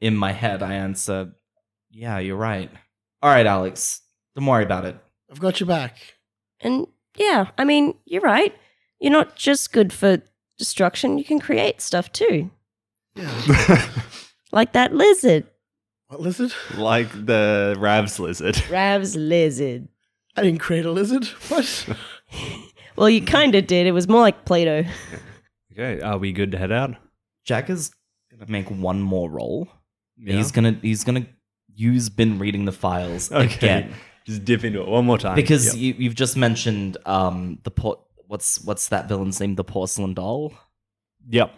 S4: In my head, I answer, Yeah, you're right. All right, Alex. Don't worry about it.
S2: I've got your back.
S5: And yeah, I mean, you're right. You're not just good for destruction, you can create stuff too.
S2: Yeah.
S5: Like that lizard.
S2: what lizard?
S3: like the Rav's lizard.
S5: Rav's lizard.
S2: I didn't create a lizard. What?
S5: Well, you kind of did. It was more like Play Doh.
S3: Okay, are we good to head out?
S4: Jack is gonna make one more roll. He's gonna he's gonna use been reading the files
S3: okay.
S4: again
S3: Just dip into it one more time.
S4: because
S3: Yep.
S4: you, you've just mentioned um the por- what's what's that villain's name? The porcelain doll.
S3: Yep.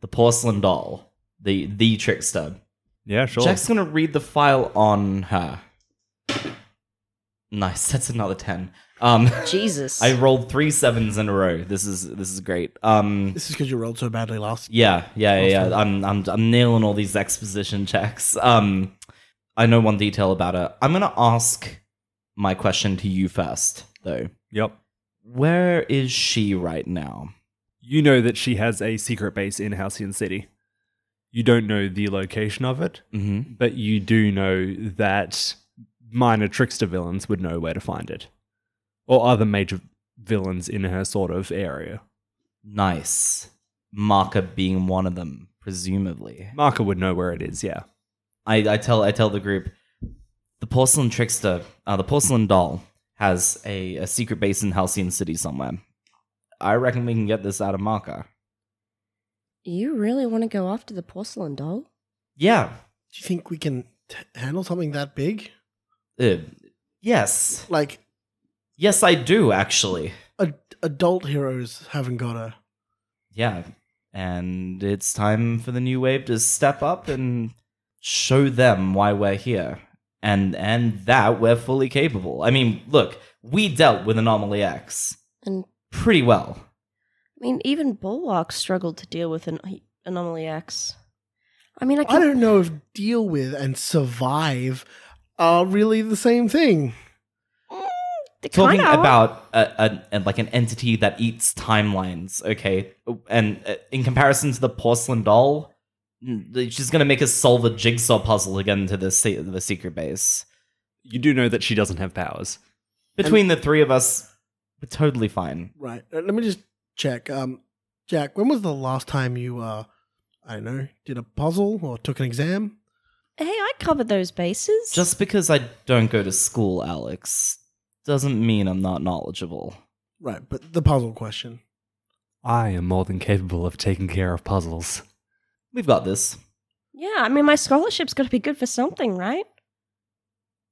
S4: The porcelain doll. The the trickster.
S3: Yeah, sure.
S4: Jack's gonna read the file on her. Nice. That's another ten. Um,
S6: Jesus.
S4: I rolled three sevens in a row. This is this is great. Um,
S2: this is because you rolled so badly last.
S4: Yeah, yeah, yeah. yeah. I'm, I'm, I'm nailing all these exposition checks. Um, I know one detail about it. I'm gonna ask my question to you first, though.
S3: yep.
S4: Where is she right now?
S3: You know that she has a secret base in Halcyon City. You don't know the location of it,
S4: Mm-hmm.
S3: but you do know that minor trickster villains would know where to find it, or other major villains in her sort of area.
S4: Nice. Marker being one of them, presumably.
S3: Marker would know where it is. Yeah.
S4: I, I tell I tell the group the porcelain trickster, uh, the porcelain doll has a, a secret base in Halcyon City somewhere. I reckon we can get this out of Marker.
S6: you really want to go after the porcelain doll?
S4: Yeah.
S2: Do you think we can t- handle something that big?
S4: Uh, yes.
S2: Like
S4: Yes, I do actually.
S2: a- adult heroes haven't got a.
S4: Yeah. And it's time for the new wave to step up and show them why we're here. And and that we're fully capable. I mean, look, we dealt with Anomaly X
S5: And-
S4: pretty well.
S5: I mean, even Bulwark struggled to deal with an Anomaly X. I mean, I
S2: I
S5: can
S2: don't know if deal with and survive are really the same thing.
S4: Talking about a, a, and like an entity that eats timelines, okay? And uh, in comparison to the porcelain doll, mm, she's gonna make us solve a jigsaw puzzle again to the se- the secret base.
S3: You do know that she doesn't have powers.
S4: Between the three of us, we're totally fine.
S2: Right. Uh, Let me just check. Um, Jack, when was the last time you, uh, I don't know, did a puzzle or took an exam?
S5: Hey, I covered those bases.
S4: Just because I don't go to school, Alex, doesn't mean I'm not knowledgeable.
S2: Right, but the puzzle question.
S3: I am more than capable of taking care of puzzles.
S4: We've got this.
S5: yeah, I mean, my scholarship's got to be good for something, right?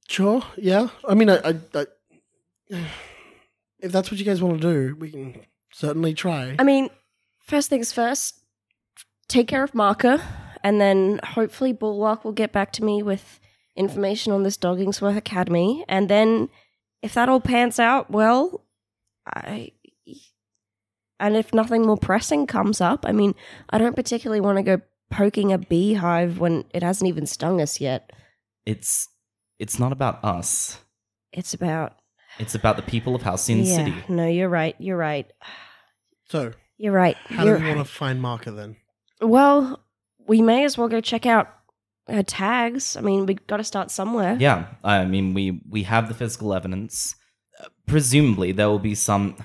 S2: Sure. Yeah. I mean, I, I, I if that's what you guys want to do, we can certainly try.
S5: I mean, first things first, take care of Marker, and then hopefully Bulwark will get back to me with information on this Doggingsworth Academy. And then, if that all pans out, well, I. And if nothing more pressing comes up, I mean, I don't particularly want to go poking a beehive when it hasn't even stung us yet.
S4: It's it's not about us.
S5: It's about.
S4: It's about the people of Halcyon
S5: yeah,
S4: City.
S5: no, you're right. You're right.
S2: so,
S5: You're right.
S2: how
S5: you're
S2: do you
S5: right.
S2: want to find Marker then?
S5: Well, we may as well go check out her tags. I mean, we got to start somewhere.
S4: Yeah, I mean we we have the physical evidence. Uh, presumably there will be some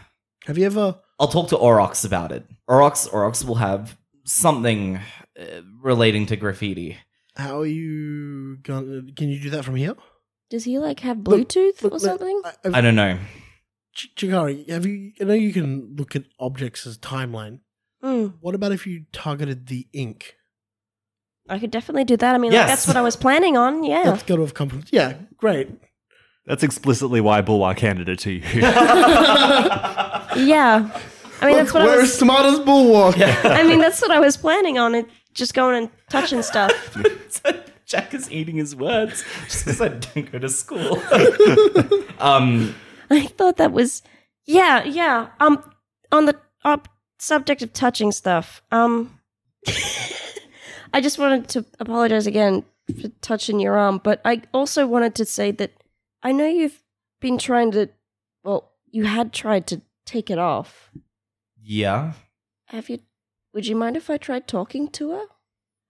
S2: Have you ever?
S4: I'll talk to Orox about it. Orox Orox will have something uh, relating to graffiti.
S2: How are you gonna? Can you do that from here?
S5: Does he like have
S2: Look-
S5: Bluetooth
S2: Look,
S5: or
S2: look,
S5: something?
S2: I, I,
S4: I don't know.
S2: Ch- Chikari, have you? I know you can look at objects as timeline.
S5: Mm,
S2: What about if you targeted the ink?
S5: I could definitely do that. I mean, like,
S4: Yes.
S5: that's what I was planning on. Yeah.
S2: That's got to have come from. Yeah, great.
S3: That's explicitly why Bulwark handed it to you.
S5: yeah. I mean, that's what I
S2: We're
S5: was.
S2: smart as bulwark.
S5: I mean, that's what I was planning on. It just going and touching stuff.
S4: Jack is eating his words just because I don't go to school. um,
S5: I thought that was. Yeah, yeah. Um, on the uh, subject of touching stuff. Um, I just wanted to apologize again for touching your arm, but I also wanted to say that I know you've been trying to. Well, you had tried to take it off.
S4: yeah.
S5: Have you? Would you mind if I tried talking to her?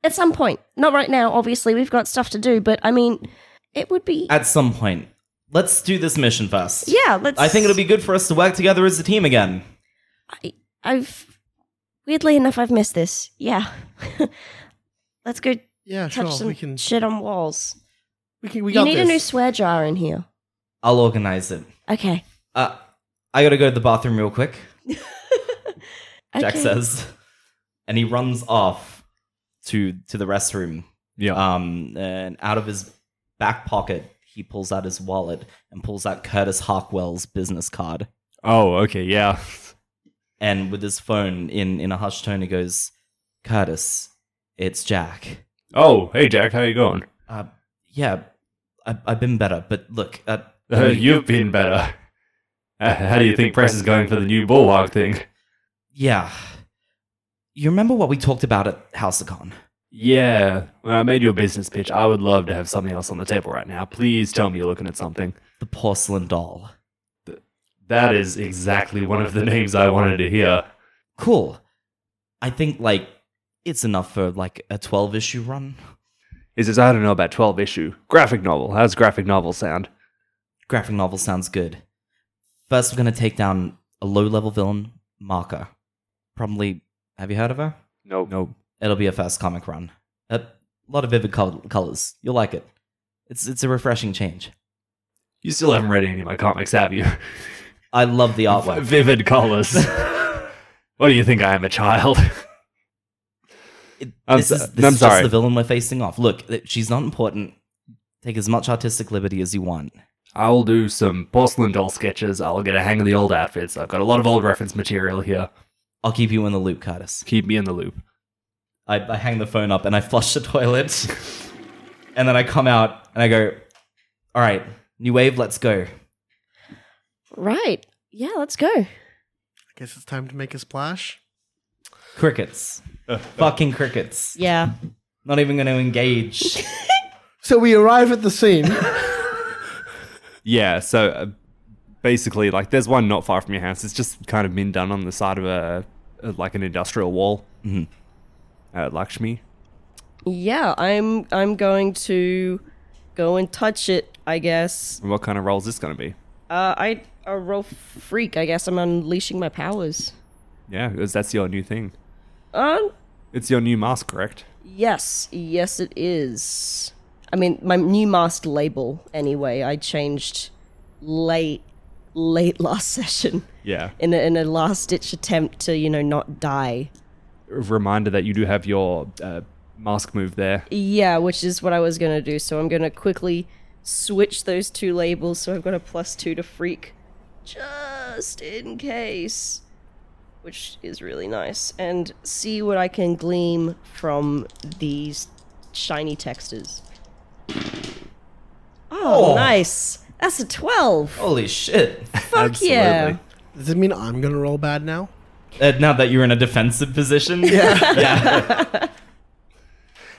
S5: At some point. Not right now, obviously. We've got stuff to do, but I mean, it would be.
S4: At some point, let's do this mission first.
S5: yeah, let's.
S4: I think it'll be good for us to work together as a team again.
S7: I've weirdly enough I've missed this. Yeah. Let's go
S2: Yeah,
S7: touch
S2: sure.
S7: some
S2: We can.
S7: shit on walls.
S2: We can. We
S7: you
S2: got
S7: need
S2: this.
S7: a new swear jar in here.
S4: I'll organize it.
S7: Okay.
S4: Uh, I gotta go to the bathroom real quick. Jack
S7: Okay.
S4: says, and he runs off to to the restroom.
S3: Yeah.
S4: Um, and out of his back pocket, he pulls out his wallet and pulls out Curtis Harkwell's business card.
S3: oh, okay. Yeah.
S4: And with his phone in in a hushed tone, he goes, "Curtis, it's Jack.
S3: Oh, hey, Jack. How you going?
S4: Uh, yeah, I, I've been better, but look, uh,
S3: Uh, you've been better. Uh, how do you think press is going for the new bulwark thing?
S4: yeah." You remember what we talked about at House of Con?
S3: Yeah. When I made you a business pitch, I would love to have something else on the table right now. Please tell me you're looking at something.
S4: The porcelain doll.
S3: That is exactly one of the names I wanted to hear.
S4: cool. I think like it's enough for like a twelve issue run.
S3: He says, I don't know about 12 issue. Graphic novel. How's graphic novel sound?
S4: Graphic novel sounds good. First, we're gonna take down a low level villain, Marker. Probably, have you heard of her?
S3: Nope. Nope.
S4: It'll be a first comic run. A lot of vivid col- colors. You'll like it. It's it's a refreshing change.
S3: You still haven't read any of my comics, have you?
S4: I love
S3: V-
S4: the artwork.
S3: Vivid colors. what do you think? I am a child.
S4: It-
S3: I'm
S4: this
S3: so-
S4: is, this
S3: I'm
S4: is
S3: sorry.
S4: just the villain we're facing off. Look, th- she's not important. Take as much artistic liberty as you want.
S3: I will do some porcelain doll sketches. I'll get a hang of the old outfits. I've got a lot of old reference material here.
S4: I'll keep you in the loop, Curtis.
S3: Keep me in the loop.
S4: I, I hang the phone up and I flush the toilet. and then I come out and I go, all right, new wave, let's go.
S7: Right. Yeah, let's go.
S2: I guess it's time to make a splash.
S4: Crickets. Fucking crickets.
S5: Yeah.
S4: Not even going to engage.
S2: So we arrive at the scene.
S3: Yeah, so uh, basically, like, there's one not far from your house. It's just kind of been done on the side of a, uh like an industrial wall. Uh, Lakshmi.
S5: Yeah, I'm I'm going to go and touch it, I guess.
S3: And what kind of role is this going to be?
S5: Uh I a real freak, I guess I'm unleashing my powers.
S3: Yeah, because that's your new thing.
S5: Um
S3: It's your new mask, correct?
S5: yes, yes it is. I mean my new mask label anyway, I changed late late last session
S3: Yeah.
S5: in a, in a last ditch attempt to, you know, not die.
S3: Reminder that you do have your uh, mask move there.
S5: Yeah, which is what I was gonna do. So I'm gonna quickly switch those two labels. So I've got a plus two to freak, just in case, which is really nice. And see what I can glean from these shiny textures. Oh,
S4: Oh.
S5: nice! That's a twelve.
S4: Holy shit.
S5: Fuck yeah!
S3: Absolutely.
S2: Does it mean I'm gonna roll bad now?
S4: Uh, now that you're in a defensive position. Yeah.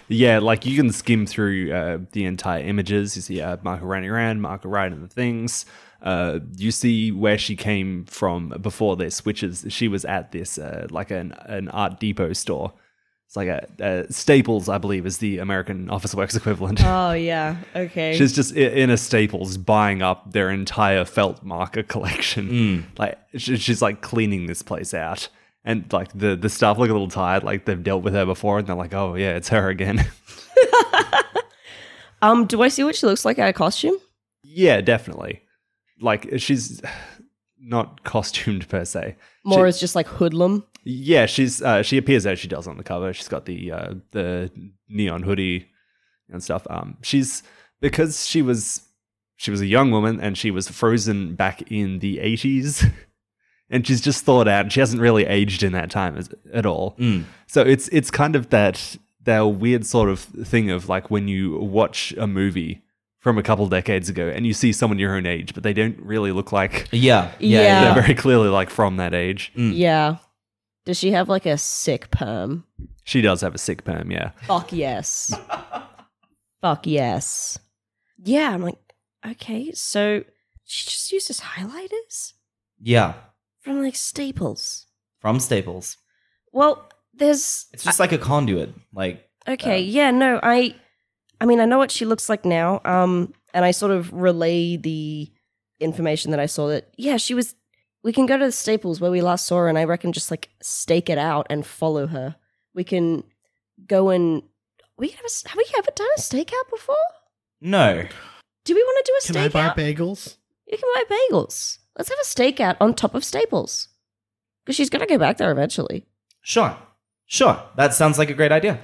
S3: Yeah, like you can skim through uh, the entire images. You see uh, Marco running around, Marco riding the things. Uh, you see where she came from before this, which is she was at this uh, like an an Art Depot store. It's like a, a Staples, I believe, is the American Office Works equivalent.
S5: Oh yeah. Okay.
S3: She's just i- in a Staples buying up their entire felt marker collection. Like sh- she's like cleaning this place out, and like the the staff look a little tired, like they've dealt with her before, and they're like, "Oh yeah, it's her again."
S5: um, do I see what she looks like out of costume?
S3: yeah, definitely. Like she's not costumed per se.
S5: More as just like hoodlum.
S3: Yeah, she's uh, she appears as she does on the cover. She's got the uh, the neon hoodie and stuff. Um, she's because she was she was a young woman and she was frozen back in the eighties, and she's just thought out. And she hasn't really aged in that time as, at all.
S4: Mm.
S3: So it's it's kind of that that weird sort of thing of like when you watch a movie from a couple decades ago and you see someone your own age, but they don't really look like
S4: Yeah. Yeah.
S5: Yeah.
S3: they're very clearly like from that age.
S2: Mm.
S5: Yeah. Does she have like a sick perm?
S3: She does have a sick perm, yeah.
S5: Fuck yes. Fuck yes.
S7: Yeah, I'm like, okay, so she just uses highlighters
S4: Yeah.
S7: from like Staples.
S4: From Staples.
S7: Well, there's
S4: It's just like a conduit. Like,
S7: okay,
S5: Uh.
S4: Um,
S7: yeah, no, I
S5: I mean, I know what she looks like now. Um, and I sort of relay the information that I saw that
S7: yeah, she was
S5: We can go to the Staples where we last saw her, and I reckon just like stake it out and follow her. We can go and we can have, a s have we ever done a stakeout before?
S4: No.
S5: Do we want to
S2: Can
S5: do a
S2: I buy
S5: stakeout?
S2: bagels?
S5: you can buy bagels. Let's have a stakeout on top of Staples because she's gonna go back there eventually.
S4: Sure. Sure. That sounds like a great idea.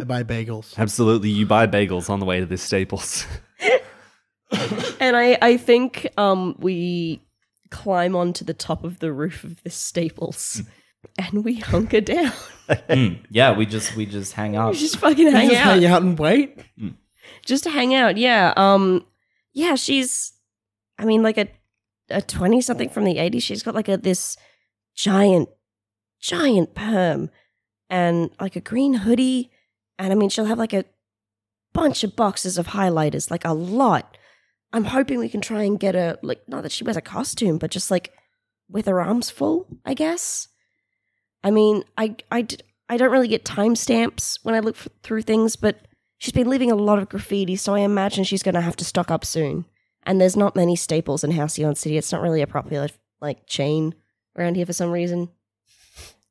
S2: I buy bagels.
S3: Absolutely, you buy bagels on the way to the Staples.
S6: And I, I think um, we climb onto the top of the roof of the Staples and we hunker down.
S4: Mm, Yeah, we just we just hang out.
S6: We just fucking hang
S2: just
S6: out.
S2: hang out and wait.
S6: Just to hang out, yeah. Um,
S5: Yeah, she's. I mean, like a a twenty something from the eighties. She's got like a this giant, giant perm, and like a green hoodie, and I mean, she'll have like a bunch of boxes of highlighters, like a lot. I'm hoping we can try and get her like not that she wears a costume, but just like with her arms full, I guess. I mean, I I d- I don't really get timestamps when I look f- through things, but she's been leaving a lot of graffiti, so I imagine she's going to have to stock up soon. And there's not many staples in Halcyon City. It's not really a popular like chain around here for some reason.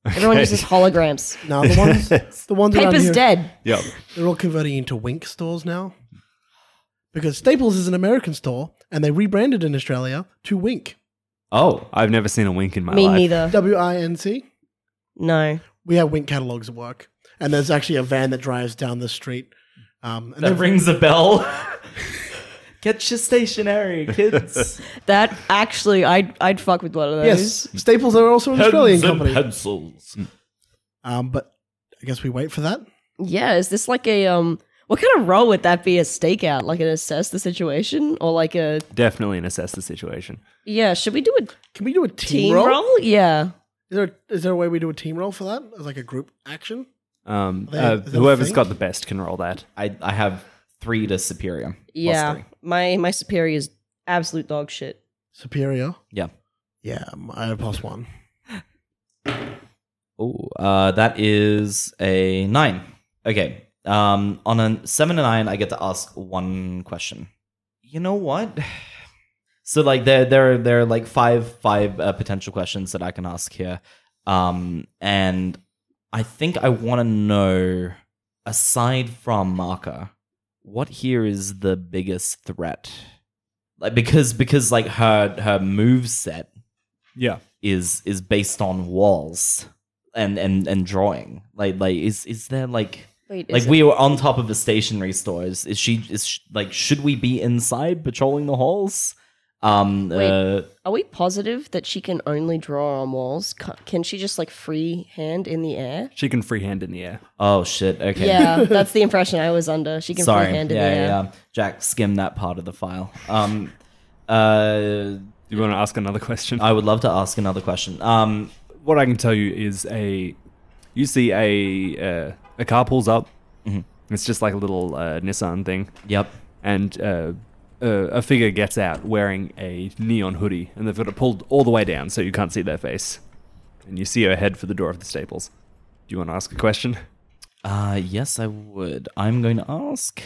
S5: Everyone
S3: Okay.
S5: uses holograms.
S2: Now the ones, the ones around
S5: Paper's
S2: here,
S5: dead.
S3: Yep.
S2: They're all converting into Wink stores now, because Staples is an American store, and they rebranded in Australia to Wink.
S3: Oh, I've never seen a wink in my
S6: me
S3: life.
S6: neither.
S2: W I N C.
S6: No.
S2: We have Wink catalogs at work, and there's actually a van that drives down the street. Um, and
S4: that
S2: they've-
S4: rings a bell. Get your stationery, kids.
S6: That actually, I'd, I'd fuck with one of those.
S2: yes, Staples are also an Australian company.
S4: pencils.
S2: Um, but I guess we wait for that.
S6: Yeah, is this like a um? What kind of role would that be a stakeout? Like an assess the situation, or like a
S3: Definitely an assess the situation.
S6: yeah? Should we do a
S2: Can we do a team,
S6: team
S2: roll?
S6: role? Yeah.
S2: Is there is there a way we do a team roll for that as like a group action?
S3: Um,
S2: Are they-
S3: uh,
S2: is that a
S3: whoever's
S2: thing?
S3: got the best can roll that.
S4: I, I have three to superior. plus
S6: Yeah,
S4: three.
S6: my my superior is absolute dog shit.
S2: Superior.
S4: Yeah.
S2: Yeah, um, I have plus one.
S4: Oh, uh, that is a nine. Okay. Um, on a seven to nine, I get to ask one question. You know what? So like there there are, there are like five five uh, potential questions that I can ask here, um, and I think I want to know aside from Marker, what here is the biggest threat? Like because because like her her move set
S3: Yeah.
S4: is is based on walls and and and drawing like like is is there like
S5: Wait,
S4: like we were on top of a stationery store is, is she is sh- like should we be inside patrolling the halls um
S5: Wait.
S4: uh,
S5: Are we positive that she can only draw on walls? Ca- Can she just like free hand in the air?
S3: She can freehand in the air.
S4: oh shit okay
S5: Yeah, that's the impression I was under. She can
S4: sorry
S5: free
S4: yeah,
S5: hand in the air.
S4: yeah yeah jack skim that part of the file um uh
S3: Do you want to ask another question?
S4: i would love to ask another question um
S3: what I can tell you is a you see a uh, a car pulls up. It's just like a little uh, Nissan thing,
S4: yep
S3: and uh, uh, a figure gets out wearing a neon hoodie, and they've got it pulled all the way down so you can't see their face, and you see her head for the door of the Staples. Do you want to ask a question?
S4: uh yes i would i'm going to ask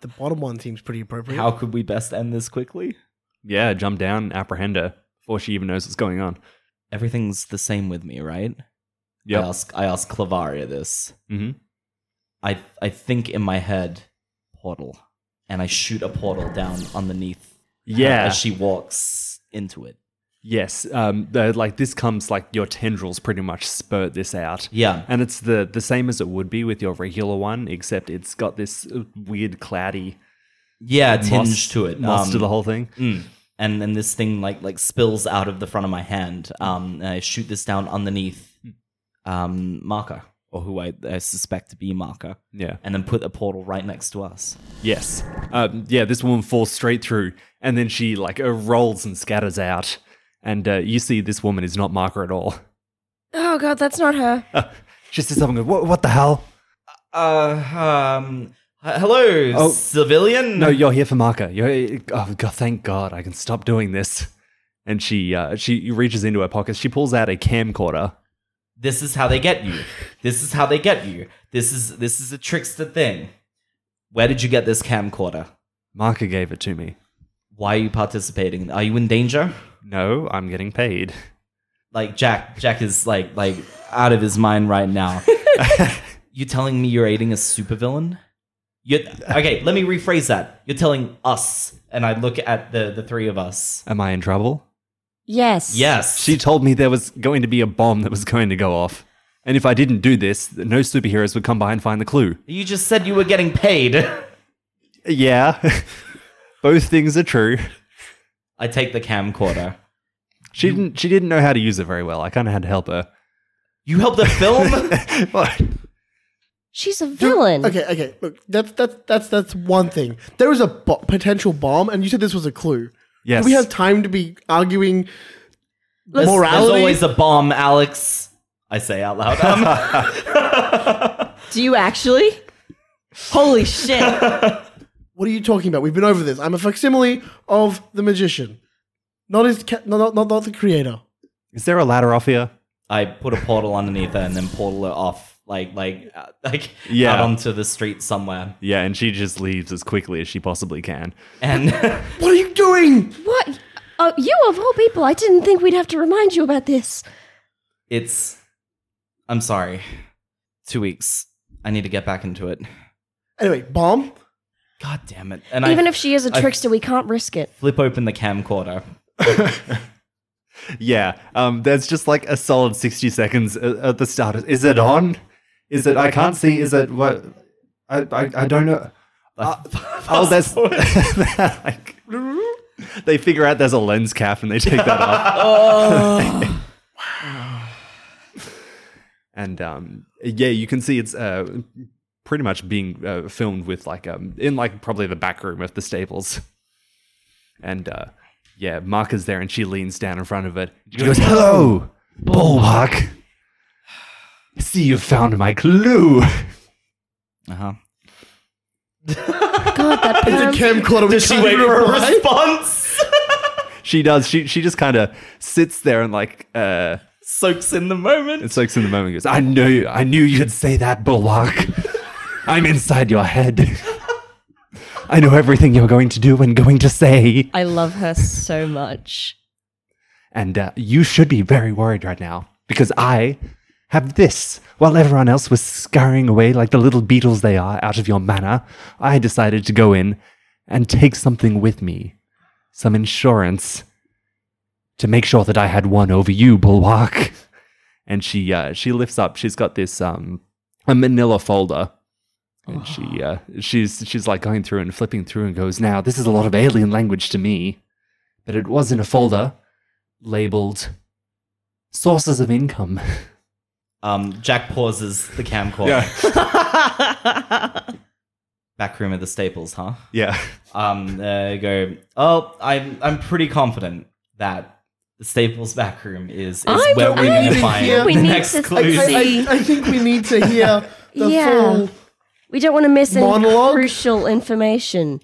S2: The bottom one seems pretty appropriate.
S4: how could we best end this quickly
S3: Yeah, jump down, and apprehend her before she even knows what's going on.
S4: everything's the same with me, right?
S3: Yep.
S4: I ask I ask Clavaria this.
S3: hmm
S4: I I think in my head portal. And I shoot a portal down underneath her
S3: Yeah.
S4: as she walks into it.
S3: yes. Um. they're Like this comes like your tendrils pretty much spurt this out.
S4: Yeah.
S3: And it's the the same as it would be with your regular one, except it's got this uh, weird cloudy
S4: Yeah, tinge
S3: moss-
S4: to it.
S3: moss
S4: um,
S3: to the whole Hmm. thing.
S4: mm. And then this thing like like spills out of the front of my hand. Um and I shoot this down underneath um marker. Or who I, I suspect to be marker.
S3: Yeah.
S4: And then put a portal right next to us.
S3: Yes. Um, yeah. This woman falls straight through, and then she like uh, rolls and scatters out, and uh, you see this woman is not Marker at all.
S5: Oh god, that's not her.
S3: She sits up and goes, "What? What the hell?
S4: Uh, um, h- hello,
S3: Oh.
S4: civilian.
S3: No, you're here for Marker. You're, oh God, thank God, I can stop doing this." And she uh, she reaches into her pocket. She pulls out a camcorder.
S4: this is how they get you. This is how they get you. This is this is a trickster thing. Where did you get this camcorder?
S3: Marker gave it to me.
S4: Why are you participating? Are you in danger?
S3: No, I'm getting paid.
S4: Like Jack, Jack is like like out of his mind right now. you telling me you're aiding a supervillain? You okay? Let me rephrase that. You're telling us, and I look at the the three of us.
S3: Am I in trouble?
S5: Yes.
S4: Yes,
S3: She told me there was going to be a bomb that was going to go off. And if I didn't do this, no superheroes would come by and find the clue.
S4: you just said you were getting paid.
S3: Yeah. Both things are true.
S4: I take the camcorder.
S3: She didn't she didn't know how to use it very well. I kind of had to help her.
S4: You helped the film.
S3: What?
S5: She's a villain.
S2: Okay, okay. Look, that's that's that's that's one thing. There was a bo- potential bomb, and you said this was a clue.
S3: yes.
S2: Do we have time to be arguing
S4: There's- There's
S2: morality?
S4: always a bomb, Alex. I say out loud. Um,
S6: Do you actually? Holy shit.
S2: what are you talking about? We've been over this. I'm a facsimile of the magician, not his, ca- no, not, not not the creator.
S3: Is there a ladder off here?
S4: I put a portal underneath her and then portal it off, like like uh, like
S3: Yeah.
S4: out onto the street somewhere.
S3: Yeah, and she just leaves as quickly as she possibly can.
S4: And
S2: What are you doing?
S5: What? Oh, you of all people, I didn't think we'd have to remind you about this.
S4: it's, I'm sorry, two weeks. I need to get back into it.
S2: Anyway, bomb.
S4: God damn it! And
S5: Even
S4: I
S5: if she is a
S4: I-
S5: trickster, we can't risk it.
S4: flip open the camcorder.
S3: Yeah, um, there's just like a solid 60 seconds at, at the start. Is it on? Is it? I can't see. Is it what? I I, I don't know. Uh, oh, that's like they figure out there's a lens cap and they take that off. and um, yeah, you can see it's uh, pretty much being uh, filmed with like um, in like probably the back room of the Staples. And uh, yeah, Mark is there and she leans down in front of it. She goes, Hello, Bulwark. See, you found my clue.
S4: Uh huh.
S5: God, that
S2: It's a
S5: pound.
S2: camcorder. Does
S4: She wait for a response.
S3: She does. She, she just kind of sits there and like, uh,
S4: Soaks in the moment.
S3: and soaks in the moment and goes, I knew, I knew you'd say that, Bulwark. I'm inside your head. I know everything you're going to do and going to say.
S6: I love her so much.
S3: And uh, you should be very worried right now because I have this. While everyone else was scurrying away like the little beetles they are out of your manor, I decided to go in and take something with me some insurance to make sure that I had one over you, Bulwark. And she uh, she lifts up. She's got this um, a Manila folder, and she uh, she's she's like going through and flipping through and goes, "Now this is a lot of alien language to me, but it was in a folder labeled sources of income.
S4: Um, Jack pauses the camcorder. Back room of the Staples, huh?
S3: Yeah.
S4: Um, uh, go. Oh, I'm I'm pretty confident that the Staples back room is is
S6: I
S4: where
S2: don't
S4: we're gonna
S2: even
S4: find
S2: hear-
S4: the
S2: We
S5: need
S4: next
S5: to
S4: clues.
S5: see-
S2: I, I, I think we need to hear the
S5: Yeah.
S2: full.
S5: we don't want to miss any
S2: Monologue?
S5: crucial information.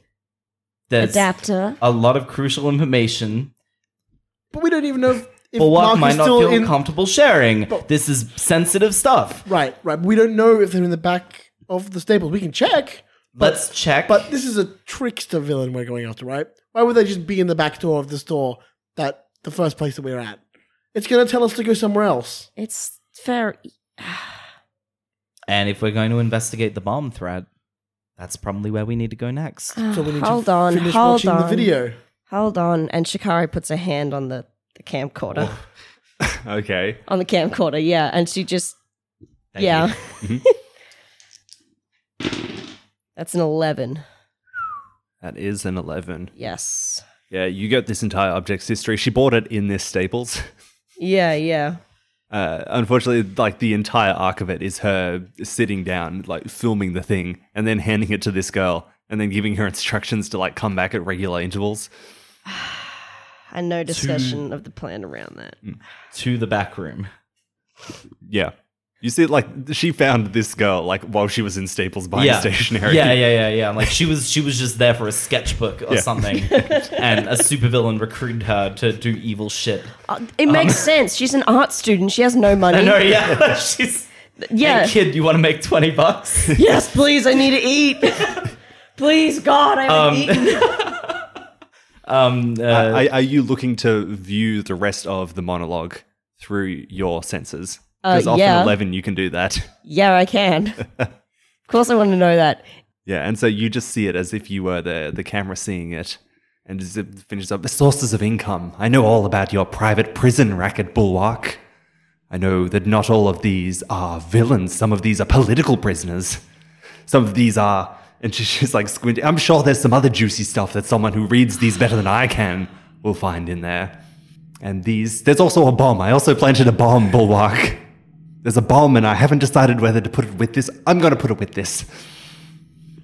S4: There's
S5: Adapter.
S4: a lot of crucial information.
S2: But we don't even know if, if
S4: But what
S2: Mark
S4: might
S2: is
S4: not
S2: still
S4: feel
S2: in.
S4: comfortable sharing.
S2: But-
S4: this is sensitive stuff.
S2: right, right. We don't know if they're in the back of the stables. We can check.
S4: Let's check.
S2: But this is a trickster villain we're going after, right? Why would they just be in the back door of the store that the first place that we are at? It's gonna tell us to go somewhere else.
S5: It's fair.
S4: and if we're going to investigate the bomb threat, that's probably where we need to go next.
S5: Ah,
S2: So we need
S5: hold
S2: to
S5: on.
S2: finish
S5: Hold
S2: watching
S5: on.
S2: the video.
S6: Hold on. And Shikari puts a hand on the, the camcorder.
S2: Oh.
S3: Okay.
S6: On the camcorder, yeah. And she just,
S4: Thank
S6: yeah.
S4: you.
S2: Mm-hmm.
S6: That's an 11.
S3: That is an 11.
S6: Yes.
S3: Yeah, you get this entire object's history. She bought it in this Staples.
S6: Yeah, yeah.
S3: Uh, unfortunately, like the entire arc of it is her sitting down, like filming the thing, and then handing it to this girl, and then giving her instructions to like come back at regular intervals.
S6: And no discussion of the plan around that.
S4: Mm. To the back room.
S3: Yeah. You see, like she found this girl like while she was in Staples buying stationery.
S4: Yeah, yeah, yeah, yeah. Like she was she was just there for a sketchbook or
S3: Yeah.
S4: something, and a supervillain recruited her to do evil shit.
S5: Oh,
S6: Uh, it makes sense. She's an art student. She has no
S4: Um, I
S6: money.
S4: know, yeah. She's
S6: Yeah.
S4: hey, kid. You want to make twenty bucks?
S6: yes, please. I need to eat. please, God, I haven't
S4: Um,
S6: eaten.
S4: Um, uh,
S3: Uh, are, are you looking to view the rest of the monologue through your senses? Because
S5: Uh,
S3: often
S5: yeah.
S3: eleven, you can do that.
S5: Yeah, I can. of course, I want to know that.
S3: Yeah, and so you just see it as if you were the the camera seeing it, and as it finishes up, the sources of income. I know all about your private prison racket, Bulwark. I know that not all of these are villains. Some of these are political prisoners. Some of these are, and she- she's like squinting. I'm sure there's some other juicy stuff that someone who reads these better than I can will find in there. And these, there's also a bomb. I also planted a bomb, Bulwark. There's a bomb, and I haven't decided whether to put it with this. I'm going to put it with this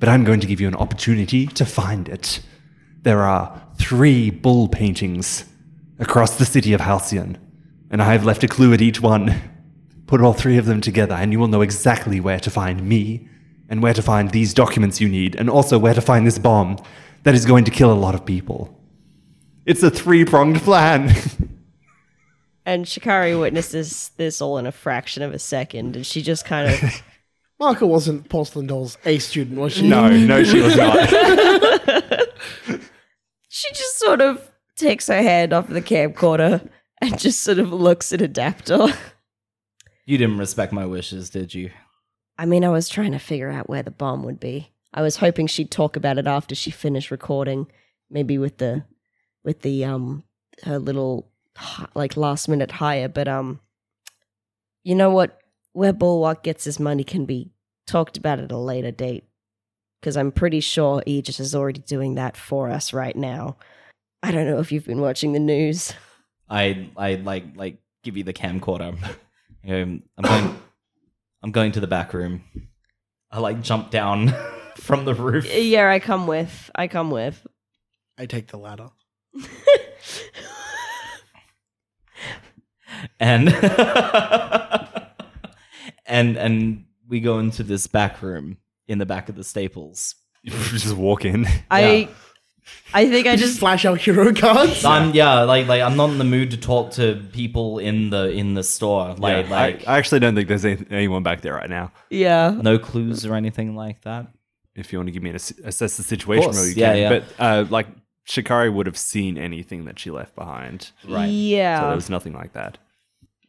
S3: but I'm going to give you an opportunity to find it. There are three bull paintings across the city of Halcyon, and I have left a clue at each one. Put all three of them together, and you will know exactly where to find me, and where to find these documents you need, and also where to find this bomb that is going to kill a lot of people. It's a three pronged plan.
S5: And Shikari witnesses this all in a fraction of a second, and she just kind of
S2: Marco wasn't Porcelain Doll's A student, was she?
S3: no, she was not.
S5: she just sort of takes her hand off the camcorder and just sort of looks at Adapter.
S4: you didn't respect my wishes, did you?
S5: I mean, I was trying to figure out where the bomb would be. I was hoping she'd talk about it after she finished recording, maybe with the with the um her little hi- like last minute hire, but um you know what where Bulwark gets his money can be talked about at a later date cuz I'm pretty sure Aegis is already doing that for us right now. I don't know if you've been watching the news.
S4: I I like like give you the camcorder. Um, I'm going. I'm going to the back room. I like jump down from the roof.
S5: Yeah, I come with. I come with.
S2: I take the ladder.
S4: and and and we go into this back room in the back of the Staples.
S3: Just walk in.
S5: I I think I
S2: I
S5: just
S2: just flash out hero cards.
S4: I'm yeah, like like I'm not in the mood to talk to people in the in the store. Like
S3: Yeah,
S4: like
S3: I, I actually don't think there's any- anyone back there right now.
S5: yeah.
S4: no clues or anything like that.
S3: if you want to give me an ass- assess the situation
S4: course,
S3: where you
S4: yeah,
S3: can.
S4: yeah.
S3: But uh, like Shikari would have seen anything that she left behind. So
S5: Yeah.
S3: there was nothing like that.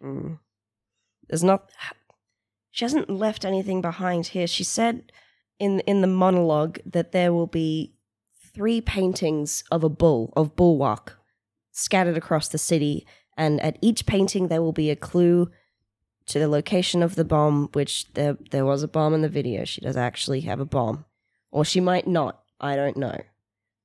S8: Mm.
S5: There's not. She hasn't left anything behind here. She said in in the monologue that there will be three paintings of a bull of bulwark scattered across the city, and at each painting there will be a clue to the location of the bomb. Which there there was a bomb in the video. She does actually have a bomb, or she might not. I don't know.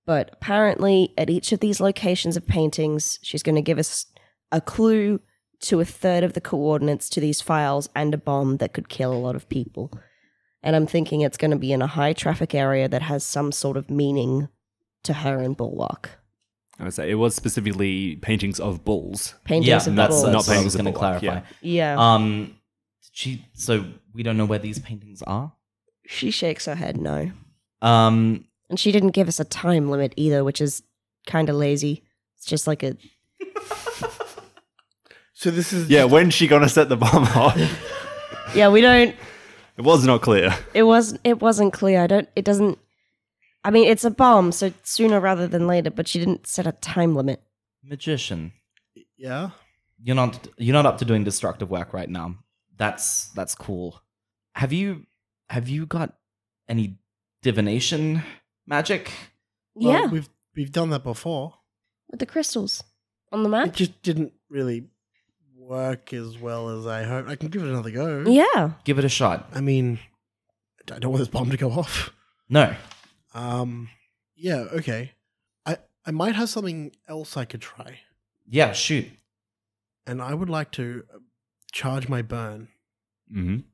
S5: But apparently, at each of these locations of paintings, she's going to give us a clue to a third of the coordinates to these files and a bomb that could kill a lot of people. And I'm thinking it's going to be in a high traffic area that has some sort of meaning to her and Bulwark.
S3: I would say it was specifically paintings of bulls.
S5: Paintings
S4: yeah,
S5: of the
S4: that's,
S5: bulls.
S4: that's
S3: Not
S4: what I
S3: paintings
S4: was
S3: of
S4: going to
S3: the block,
S4: clarify.
S5: yeah.
S4: Um, did she. So we don't know where these paintings are.
S5: she shakes her head no.
S4: Um,
S5: And she didn't give us a time limit either, which is kind of lazy. It's just like a.
S2: So this is
S3: Yeah, when's she gonna set the bomb off? it
S5: Yeah, we don't.
S3: was not clear.
S5: It wasn't. It wasn't clear. I don't. It doesn't. I mean, it's a bomb, so sooner rather than later. But she didn't set a time limit.
S4: magician,
S2: yeah.
S4: you're not you're not up to doing destructive work right now. That's that's cool. Have you have you got any divination magic?
S2: Well,
S5: Um,
S8: yeah,
S2: we've we've done that before.
S8: with the crystals on the
S2: It
S8: map.
S2: just didn't really work as well as I hoped. I can give it another go.
S5: Yeah.
S4: Give it a shot.
S2: I mean, I don't want this bomb to go off.
S4: No.
S2: Um. Yeah. Okay. I I might have something else I could try,
S4: Yeah. Shoot.
S2: and I would like to uh, charge my burn.
S3: Mm-hmm.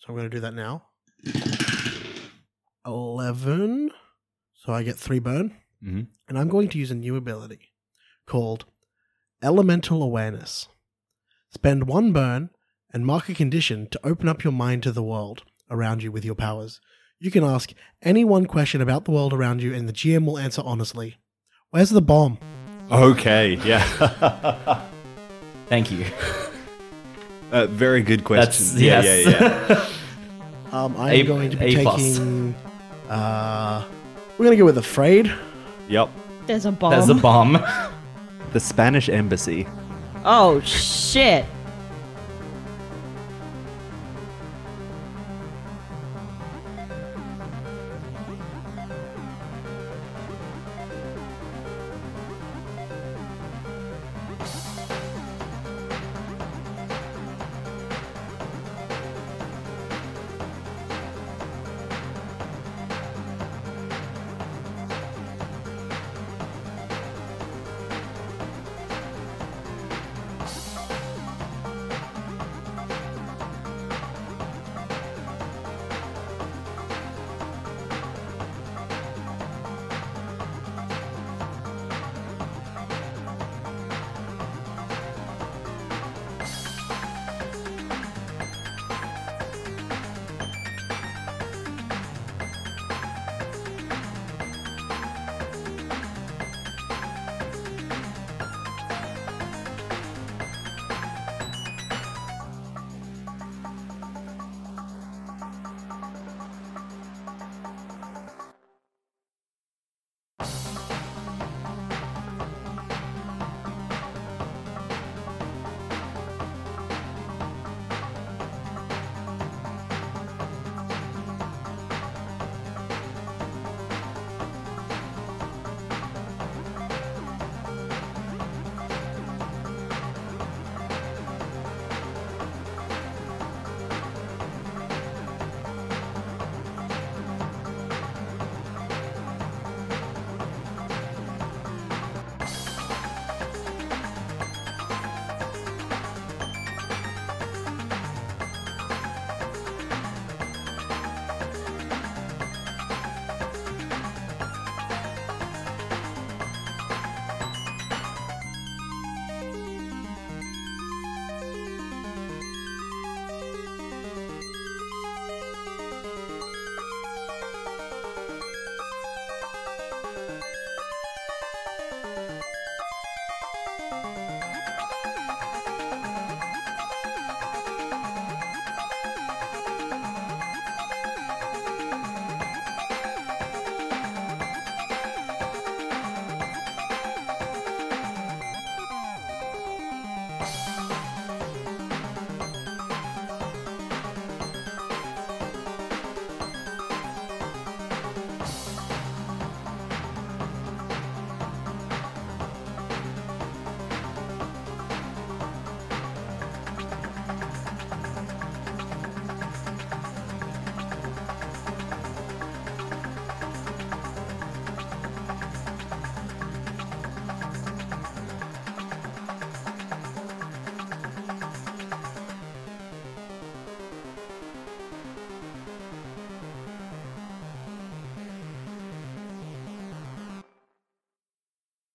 S2: So I'm going to do that now. Eleven. So I get three burn,
S4: Mm-hmm.
S3: Mhm.
S2: and I'm going to use a new ability called Elemental Awareness. Spend one burn and mark a condition to open up your mind to the world around you with your powers. You can ask any one question about the world around you, and the GM will answer honestly. Where's the bomb?
S3: Okay, yeah.
S4: Thank you.
S3: uh, very good question.
S4: That's yes.
S3: Yeah, yeah, yeah.
S2: Um, I
S4: A-
S2: am going to be
S4: A plus.
S2: taking. Uh, we're going to go with afraid.
S3: yep.
S9: There's a bomb.
S10: There's a bomb.
S3: The Spanish embassy.
S5: Oh shit.